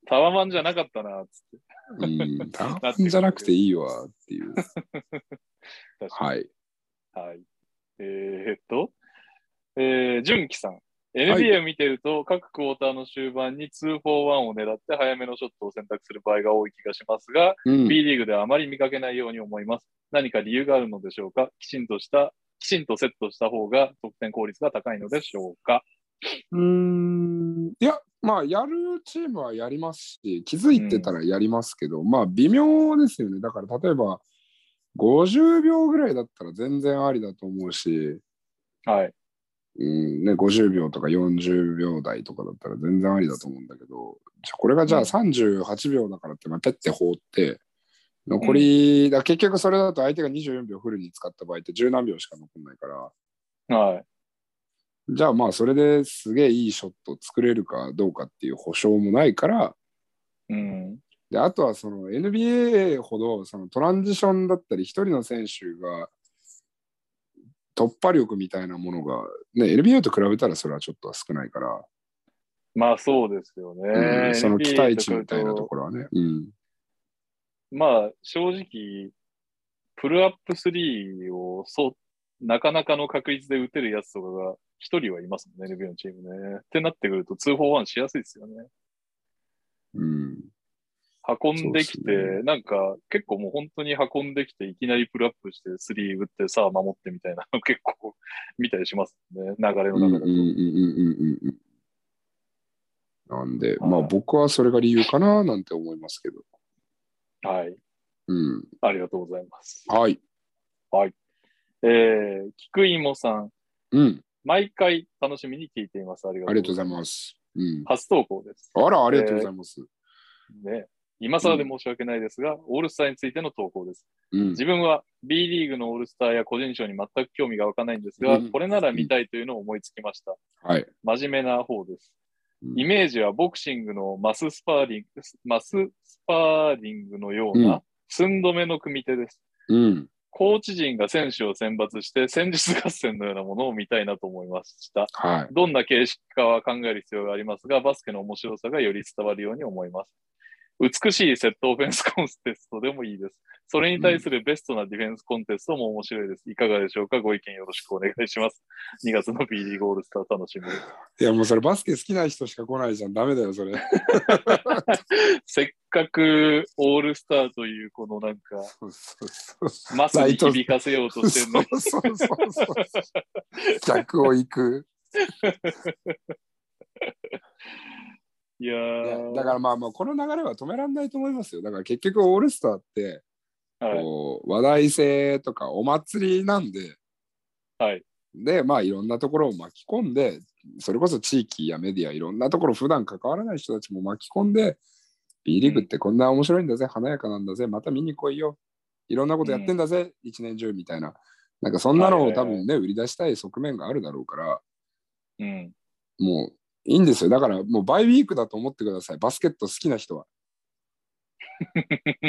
タワマンじゃなかったな、つって。うん、単じゃなくていいわっ ていう。確かはい。に。はい。えー、っと、えー、純喜さん。NBA を見てると、各クォーターの終盤に2-4-1を狙って早めのショットを選択する場合が多い気がしますが、うん、 B リーグではあまり見かけないように思います。何か理由があるのでしょうかきちんとした、きちんとセットした方が得点効率が高いのでしょうかうんいや、まあ、やるチームはやりますし、気づいてたらやりますけど、まあ、微妙ですよね。だから、例えば、50秒ぐらいだったら全然ありだと思うし、はい。うんね、50秒とか40秒台とかだったら全然ありだと思うんだけど、じゃこれがじゃあうん38秒だからって、まあ、ペッて放って、残り、だ結局それだと相手が24秒フルに使った場合って十何秒しか残んないから、はい。じゃあまあそれですげえいいショット作れるかどうかっていう保証もないから、うん。で、あとはその NBA ほどそのトランジションだったり、一人の選手が突破力みたいなものが、ね、NBA と比べたらそれはちょっとは少ないから、まあそうですよね。うんその NBA 期待値みたいなところはね。うん。まあ正直、プルアップ3をそう、なかなかの確率で打てるやつとかが一人はいますもんね、NBA のチームね。ってなってくると2-4-1しやすいですよね。うん。運んできそうて、ですねなんか結構もう本当に運んできて、いきなりプルアップして、スリー打って、さあ守ってみたいなの結構見たりしますね、流れのうんうん中うで。んうんうんうんなんで、はいまあ僕はそれが理由かななんて思いますけど。はい。うん。ありがとうございます。はい。えー、菊芋さん、うん。毎回楽しみに聞いています。ありがあとうりごがとうございざいます。ます。うん。初投稿です。あら、ありがとうございます。ね、今更で申し訳ないですが、オールスターについての投稿です。うん。自分は B リーグのオールスターや個人賞に全く興味が湧かないんですが、うんこれなら見たいというのを思いつきました。はい。真面目な方です。うんイメージはボクシングのマススパーリング、マススパーリングのよううんな寸止めの組手です。うん。コーチ陣が選手を選抜して戦術合戦のようなものを見たいなと思いました。はい。どんな形式かは考える必要がありますが、バスケの面白さがより伝わるように思います。美しいセットオフェンスコンテストでもいいです。それに対するベストなディフェンスコンテストも面白いです。いかがでしょうかご意見よろしくお願いします。2月の B リーグオールスター楽しみです。いや、もうそれバスケ好きな人しか来ないじゃん。ダメだよ、それ。 せっかくオールスターというこのなんか、そうそうそうそマスに響かせようとう。してるの そうに。そうそうそう。逆を行く。いやいやーだからまあまあこの流れは止められないと思いますよだから結局オールスターってはい。こう話題性とかお祭りなんではい。でまあいろんなところを巻き込んでそれこそ地域やメディアいろんなところ普段関わらない人たちも巻き込んで B リーグってこんな面白いんだぜ、華やかなんだぜまた見に来いよいろんなことやってんだぜ、一年中みたいななんかそんなのを多分ね売り出したい側面があるだろうからうん。もういいんですよだからもうバイウィークだと思ってくださいバスケット好きな人は。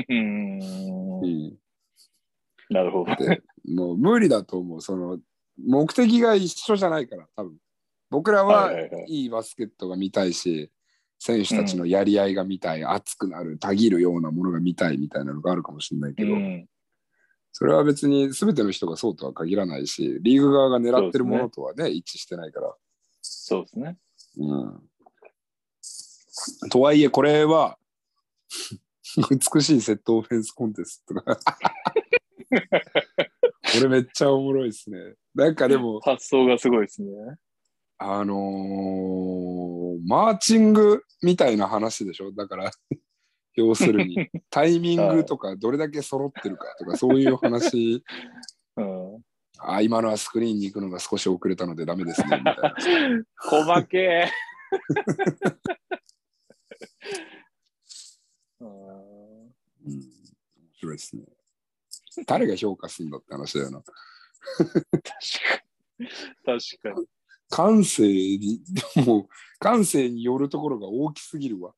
うんなるほど。って、もう無理だと思う。その、目的が一緒じゃないから、多分。僕らははいはいはいいいバスケットが見たいし、選手たちのやり合いが見たい、熱くなる、たぎるようなものが見たいみたいなのがあるかもしれないけど、うんそれは別に全ての人がそうとは限らないし、リーグ側が狙ってるものとはね、一致してないから。そうですね。うん、とはいえ、これは、美しいセットオフェンスコンテスト が。これめっちゃおもろいですね。なんかでも、発想がすごいですね。あのーマーチングみたいな話でしょだから、要するに、タイミングとか、どれだけ揃ってるかとか、そういう話、うん。あ、今のはスクリーンに行くのが少し遅れたのでダメですね、みたいな。細けえ。 うんうん、面白いですね。誰が評価するんだって話だよな。確かに。感性に、もう、感性によるところが大きすぎるわ。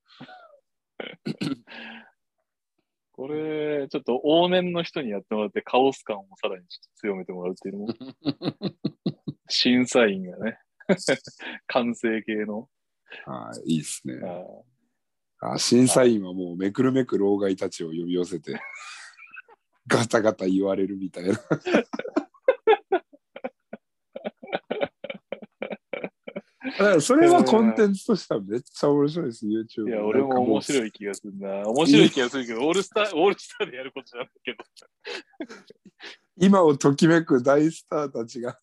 これ、ちょっと往年の人にやってもらって、カオス感をさらに強めてもらうっていうのも。 審査員がね、 完成形の。はい、いいですねあ。ーあ審査員はもう、めくるめく老害たちを呼び寄せて、 ガタガタ言われるみたいな。 だからそれはコンテンツとしてはめっちゃ面白いです、YouTube。いや、俺も面い。白い気がするな。面白い気がするけど、オールスター、オールスターでやることじゃないけど。今をときめく大スターたちが、 ク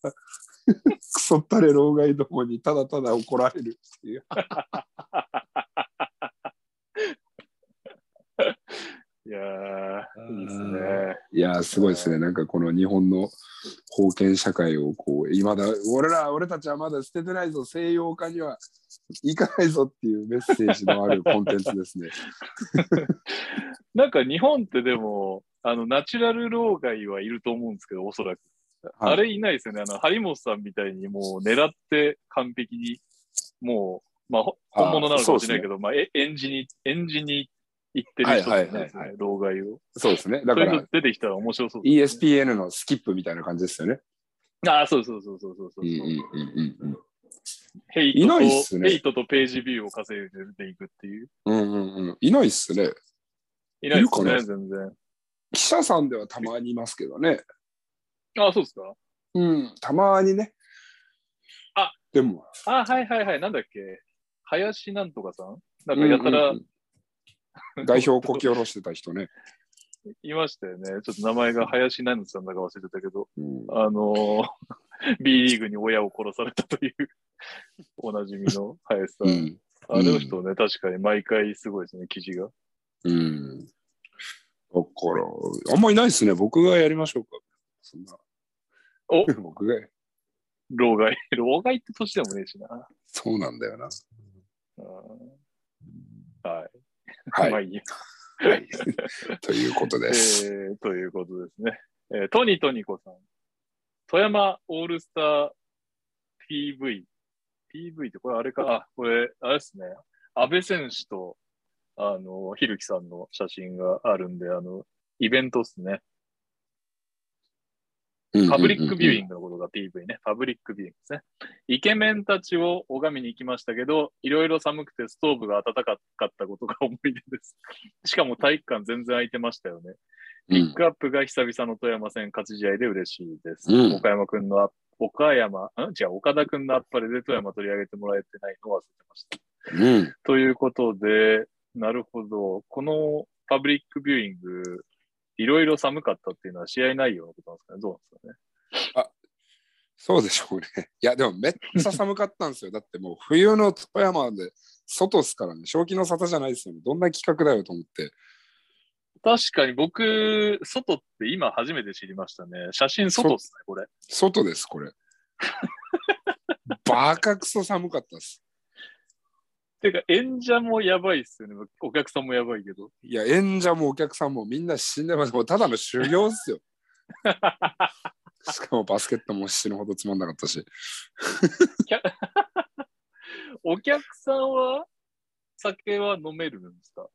ソったれ老害どもにただただ怒られるっていう。いやー、いいですね。いやーすごいですね、なんかこの日本の封建社会をこう、いまだ、俺ら、俺たちはまだ捨ててないぞ、西洋化には行かないぞっていうメッセージのあるコンテンツです ね。なんか日本ってでも、あの、ナチュラル老害はいると思うんですけど、おそらく。はいあれいないですよね。あの、張本さんみたいにもう狙って完璧に、もう、まあ、ほあー本物なのかもしれないけど、まあ、え演じに、演じに行ってる人はじゃいはいなはいですね、い老害を。そうですね、そうだかいうのら出てきたら面白そうですね、 ESPN のスキップみたいな感じですよね。ああ、そうそうそうそうそうそう。んうんヘイトいと、ないっすねヘイトとページビューを稼いで出ていくっていう。うんうんうんうん。いないっすね。いないですいね、る全然。記者さんではたまにいますけどね。ああ、そうですか。うん、たまにね。あでも、あ、はいはいはい。なんだっけ林なんとかさんなんかやたら、うんうんうん代表をこき下ろしてた人ね。いましたよね。ちょっと名前が林何さんだか忘れてたけど、 うん、あのー B リーグに親を殺されたという、おなじみの林さん。うんあの人ね、確かに毎回すごいですね、記事が。うん。だから、あんまりないですね。僕がやりましょうか。そんな。お 僕が、老害。 老害って年でもねえしな。そうなんだ よな。うんはい。はい。まあはいいや。い、ということえです。ー、ということですね。えートニートニコさん。富山オールスター PV。PV ってこれあれか、あ、これ、あれですね。安倍選手と、あの、ひるきさんの写真があるんで、あの、イベントですね。パブリックビューインングのことが PV ね。パブリックビューイングですね。イケメンたちを拝みに行きましたけど、いろいろ寒くてストーブが暖かかったことが思い出です。しかも体育館全然空いてましたよね。ピックアップが久々の富山戦勝ち試合で嬉しいです。うん岡山くんのアップ、岡山、ん違う、岡田くんのアッパレで富山取り上げてもらえてないのを忘れてました。うん。うん。ということで、なるほど。このパブリックビューイング、いろいろ寒かったっていうのは試合内容のことなんですかねどうなんですそうでしょうね。 いや、でもめっちゃ寒かったんですよ。だってもう冬の富山で外っすからね、正気の沙汰じゃないですよね。どんな企画だよと思っかて。ね。確かに僕、外って今初めて知りましたね。写真外っすね、これ。外です、これ。バカクソ寒かったっす。てか、演者もやばいっすよね。お客さんもやばいけど。いや、演者もお客さんもみんな死んでます。もうただの修行っ すよ。しかもバスケットも死ぬほどつまんなかったし。お客さんは、酒は飲めるんですか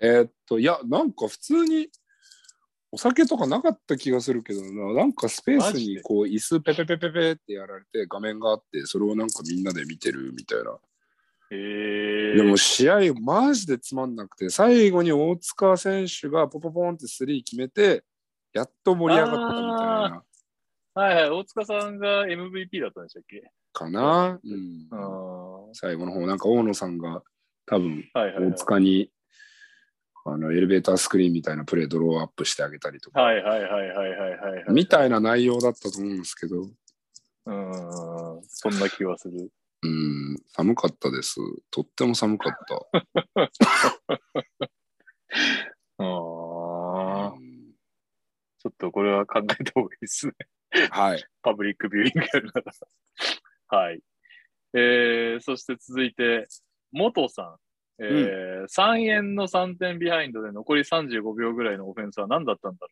えーっと、いや、なんか普通にお酒とかなかった気がするけどな、なんかスペースマジにでこう椅子ペペペペペってやられて画面があって、それをなんかみんなで見てるみたいな。えでも試合マジでつまんなくて、最後に大塚選手がポポポンってスリー決めて、やっと盛り上がったみたいな。はいはい、大塚さんが MVP だったんでしたっけかな、うんうん。は最後の方、なんか大野さんが多分いはい、はい大。塚にあのエレベータースクリーンみたいなプレードローアップしてあげたりとか、はいはいはいはいはいはいはい。みたいな内容だったと思うんですけど、うん。そんな気はする。うん、寒かったです。とっても寒かった。ああ。うんちょっとこれは考えた方がいいですね。はい。パブリックビューイングやるなら。はい。えー、そして続いて、元さん。えー3円の3点ビハインドで残り35秒ぐらいのオフェンスは何だったんだろう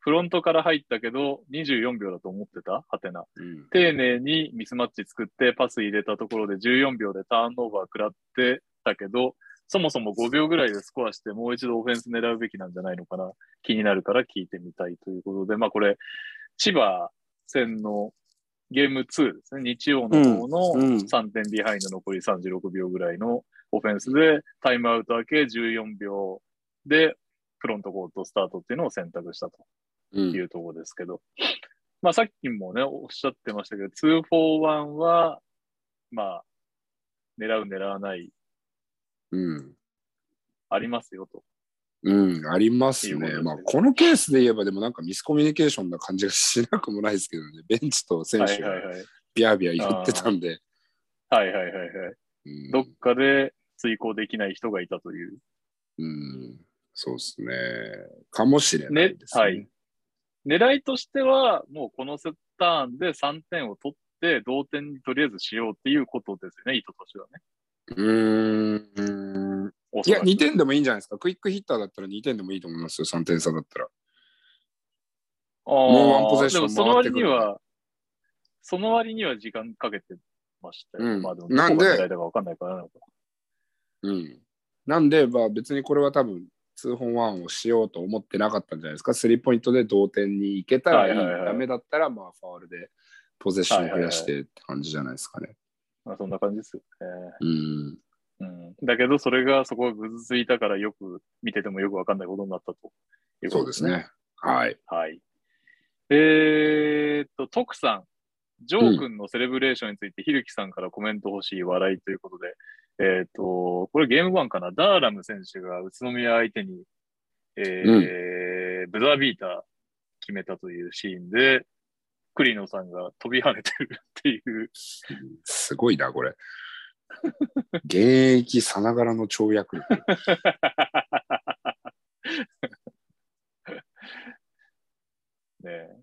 フロントから入ったけど24秒だと思ってたはてな。うん丁寧にミスマッチ作ってパス入れたところで14秒でターンオーバー食らってたけど、そもそも5秒ぐらいでスコアしてもう一度オフェンス狙うべきなんじゃないのかな。気になるから聞いてみたいということで、まあこれ、千葉戦のゲーム2ですね。日曜の方のうんうん3点ビハインド残り36秒ぐらいのオフェンスで、タイムアウト明け14秒でフロントコートスタートっていうのを選択したと。うっていんうところですけど、まあさっきもね、おっしゃってましたけど、2-4-1は、まあ、狙う、狙わない、うんありますよと。うん、ありますっていうことですねね。まあ、このケースで言えば、でもなんかミスコミュニケーションな感じがしなくもないですけどね、ベンチと選はい手はいがはい。ビャービャー言ってたんで、はいはいはいはい。うんどっかで遂行できない人がいたという。うん、そうですね。かもしれないですねはい。狙いとしては、もうこのセッターンで3点を取って、同点にとりあえずしようっていうことですよね、意図としてはね。うーん。おいそらや、く2点でもいいんじゃないですか。クイックヒッターだったら2点でもいいと思いますよ。3点差だったら。あーもうワンポゼッションでもその割に回っては、その割には時間かけてましたよ。うんまあでも、なんでどこが狙いだかわかんないからなのか。うん。なんで、まあ別にこれは多分、2本1をしようと思ってなかったんじゃないですか。スリーポイントで同点に行けたらいい。はいはいはいダメだったら、まあファールでポゼッション増やしてって感じじゃないですかね。まあ、そんな感じですよね。うん。うん、だけど、それがそこがぐずついたから、よく見ててもよくわかんないことになったというこそとうです。ね。はい。はい。えーっと、徳さん、ジョー君のセレブレーションについて、ひるきさんからコメント欲しい笑いということで、えっ、と、これゲームワンかな。ダーラム選手が宇都宮相手に、えーブザービーター決めたというシーンで、栗野さんが飛び跳ねてるっていう、すごいな、これ。 現役さながらの跳躍力。ねえ。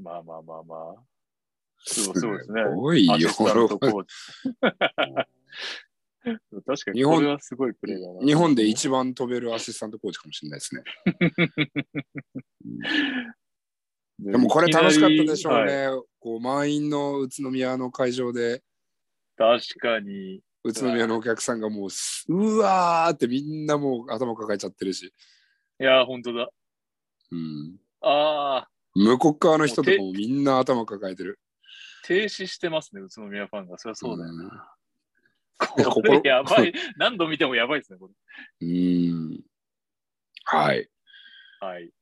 まあまあまあまあ。すごい そうですねすごいアシよ。スタントコーチ 確かに、これはすごいプレーだな。日本で一番飛べるアシスタントコーチかもしれないですね。でもこれ楽しかったでしょういきなり。ね。こう満員の宇都宮の会場で、はい確かに。宇都宮のお客さんがもうす、うわーってみんなもう頭抱えちゃってるし、いやー、本当だ。うん、ああ、向こう側の人とかもみんな頭抱えてる。停止してますね、宇都宮ファンが。そりゃそうだよ。ね。これやば い。何度見てもやばいですね、こうん。はい。れ。はい。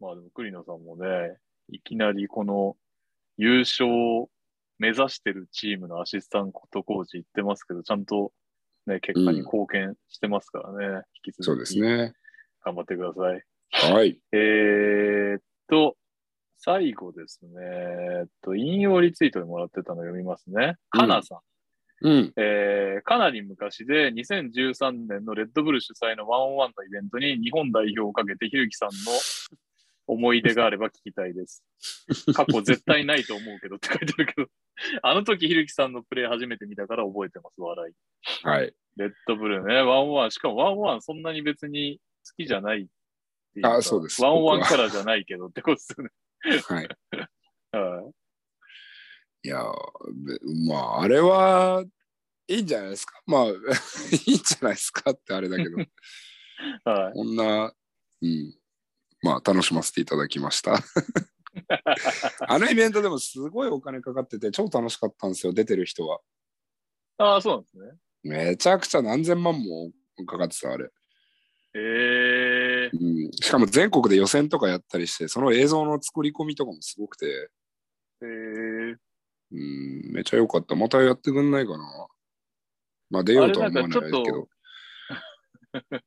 まあでも、栗野さんもね、いきなりこの優勝を目指してるチームのアシスタントコーチ行ってますけど、ちゃんとね、結果に貢献してますからね、引きそう続ですきね。頑張ってください。はい。えーっと、最後ですね。えっと、引用リツイートでもらってたの読みますね。うんかなさん。うん。えーかなり昔で2013年のレッドブル主催のワンオンワンのイベントに日本代表をかけてひるきさんの思い出があれば聞きたい です。過去絶対ないと思うけどって書いてあるけど、あの時ひるきさんのプレー初めて見たから覚えてます、笑い。はい。レッドブルね、ワンオンワン、しかもワンオンワンそんなに別に好きじゃないっていうかあそうですワンオンワン僕かはらじゃないけどってことですよね。はい。はいいやー、べまあ、あれは、いいんじゃないですか。まあ、 いいんじゃないですかってあれだけど、はい。こんな、うん。まあ、楽しませていただきました。あのイベントでもすごいお金かかってて、超楽しかったんですよ、出てる人は。ああ、そうなんですね。めちゃくちゃ何千万もかかってた、あれ。ええうん、しかも全国で予選とかやったりして、その映像の作り込みとかもすごくて、えうん、めちゃ良かった。またやってくんないかな。まあ、出ようとは思わないですあれなんけかちょっと。ど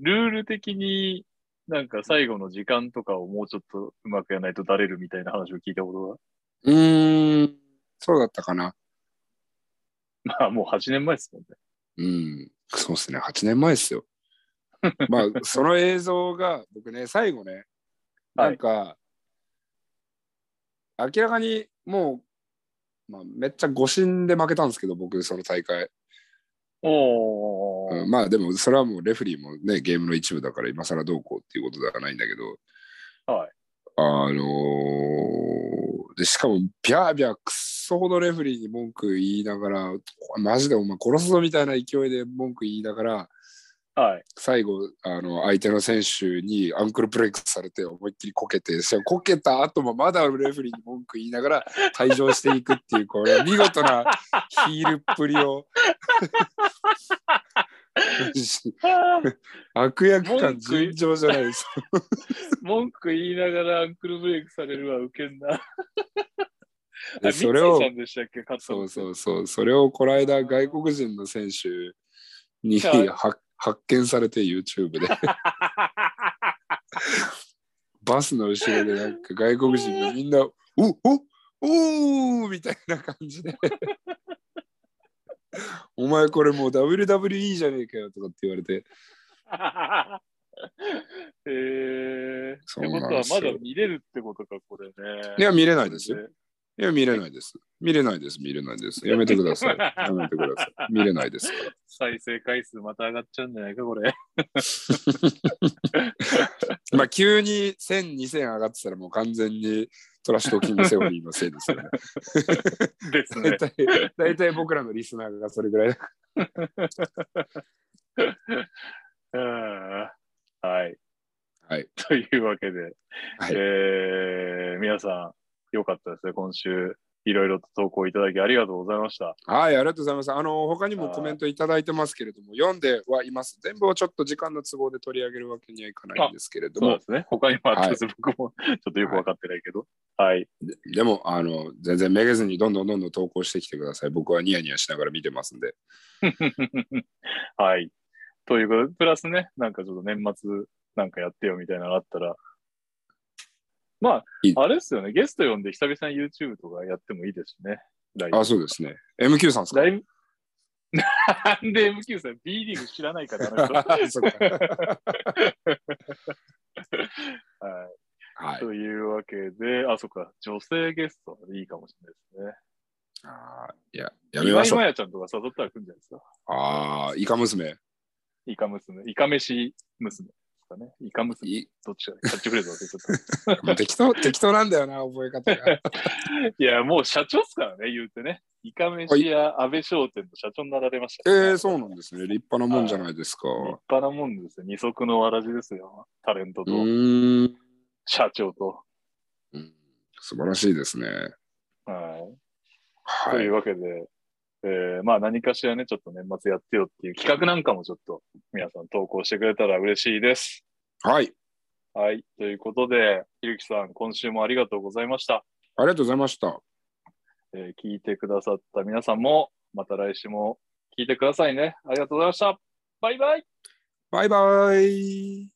ルール的になんか最後の時間とかをもうちょっとうまくやらないとだれるみたいな話を聞いたこうーん、そうだったかな。とが、まあもう8年前ですもんね。うん、そうですね、8年前ですよ。 まあ、その映像が、僕ね、最後ね、はいなんか、明らかにもう、まあ、めっちゃ誤審で負けたんですけど、僕、その大会。おー。うんまあ、でも、それはもう、レフェリーもね、ゲームの一部だから、今更どうこうっていうことではないんだけど、はい。あのーで、しかも、ビャービャーくっそほどレフェリーに文句言いながら、マジでお前殺すぞみたいな勢いで文句言いながら、 はい。最後あの相手の選手にアンクルブレイクされて思いっきりこけてそのこけた後もまだレフェリーに文句言いながら退場していくっていうこれ見事なヒールっぷりを 悪役感尋常じゃないです文句言いながらアンクルブレイクされるはウケんな。あでそれを三井さんでしたっけ勝った。そうそう うそうそれをこの間外国人の選手にはいは発見されて YouTube でバスの後ろでなんか外国人がみんな「おおおーみたいな感 じで「お前これもう WWE じゃねえかよ」とかって言われてえー、ってそうことなんはですまよだ見れるってことか、これね。いや見れないですよこれね。 「いや見れないです見れないです見れないですやめてくださいやめてください見れないですから」再生回数また上がっちゃうんじゃないか、これ。 まあ急に1000、2000上がってたらもう完全にトラッシュトーキングセオリーのせいで すよね。です大 ね。体、大体僕らのリスナーがそれぐらいだかうんはい。ら。はい。というわけで、はいえー皆さん、よかったですね、今週。いろいろと投稿いただきありがとうございました。はい、ありがとうございます。あの、他にもコメントいただいてますけれども、読んではいます。全部をちょっと時間の都合で取り上げるわけにはいかないんですけれどそうもで、すね。他にもあったんです、僕もちょっとよくはいわかってないけど。はい。でも、あの、全然めげずにどんどんどんどん投稿してきてください。僕はニヤニヤしながら見てますんで。はい。ということで、プラスね、なんかちょっと年末なんかやってよみたいなのあったら、まいいあ、あれっすよね、ゲスト呼んで久々に YouTube とかやってもいいですしね。ライブあ、そうですね。MQ さんですかだいぶ。 なんで MQ さん B リーグ知らないからな そっかは、はいい。というわけで、あ、そっか、女性ゲストいいかもしれないですあーいや、ね。やめましょ今う。やちゃんとか誘ったら来るんじゃないですか。ああ、イカ娘。イカ娘、イカ飯娘ですかね。イカ娘、いどっちか、キャッチフレーズ忘れちゃっもう 適当、適当なんだよな、覚え方が。た。 いや、もう社長っすからね、言うてね。イカ飯や安倍商店の社長になられました、えー、そうなんですね。立派なもんじゃないですか。立派なもんですよ。二足のわらじですよ。タレントうと、ーん。社長と。うん素晴らしいですね。はい。はといい。うわけで、えーまあ何かしらね、ちょっと年末やってよっていう企画なんかもちょっと皆さん投稿してくれたら嬉しいです。はい。はい。ということで、ひるきさん、今週もありがとうございました。ありがとうございました。えー聞いてくださった皆さんも、また来週も聞いてくださいね。ありがとうございました。バイバイバイバイ。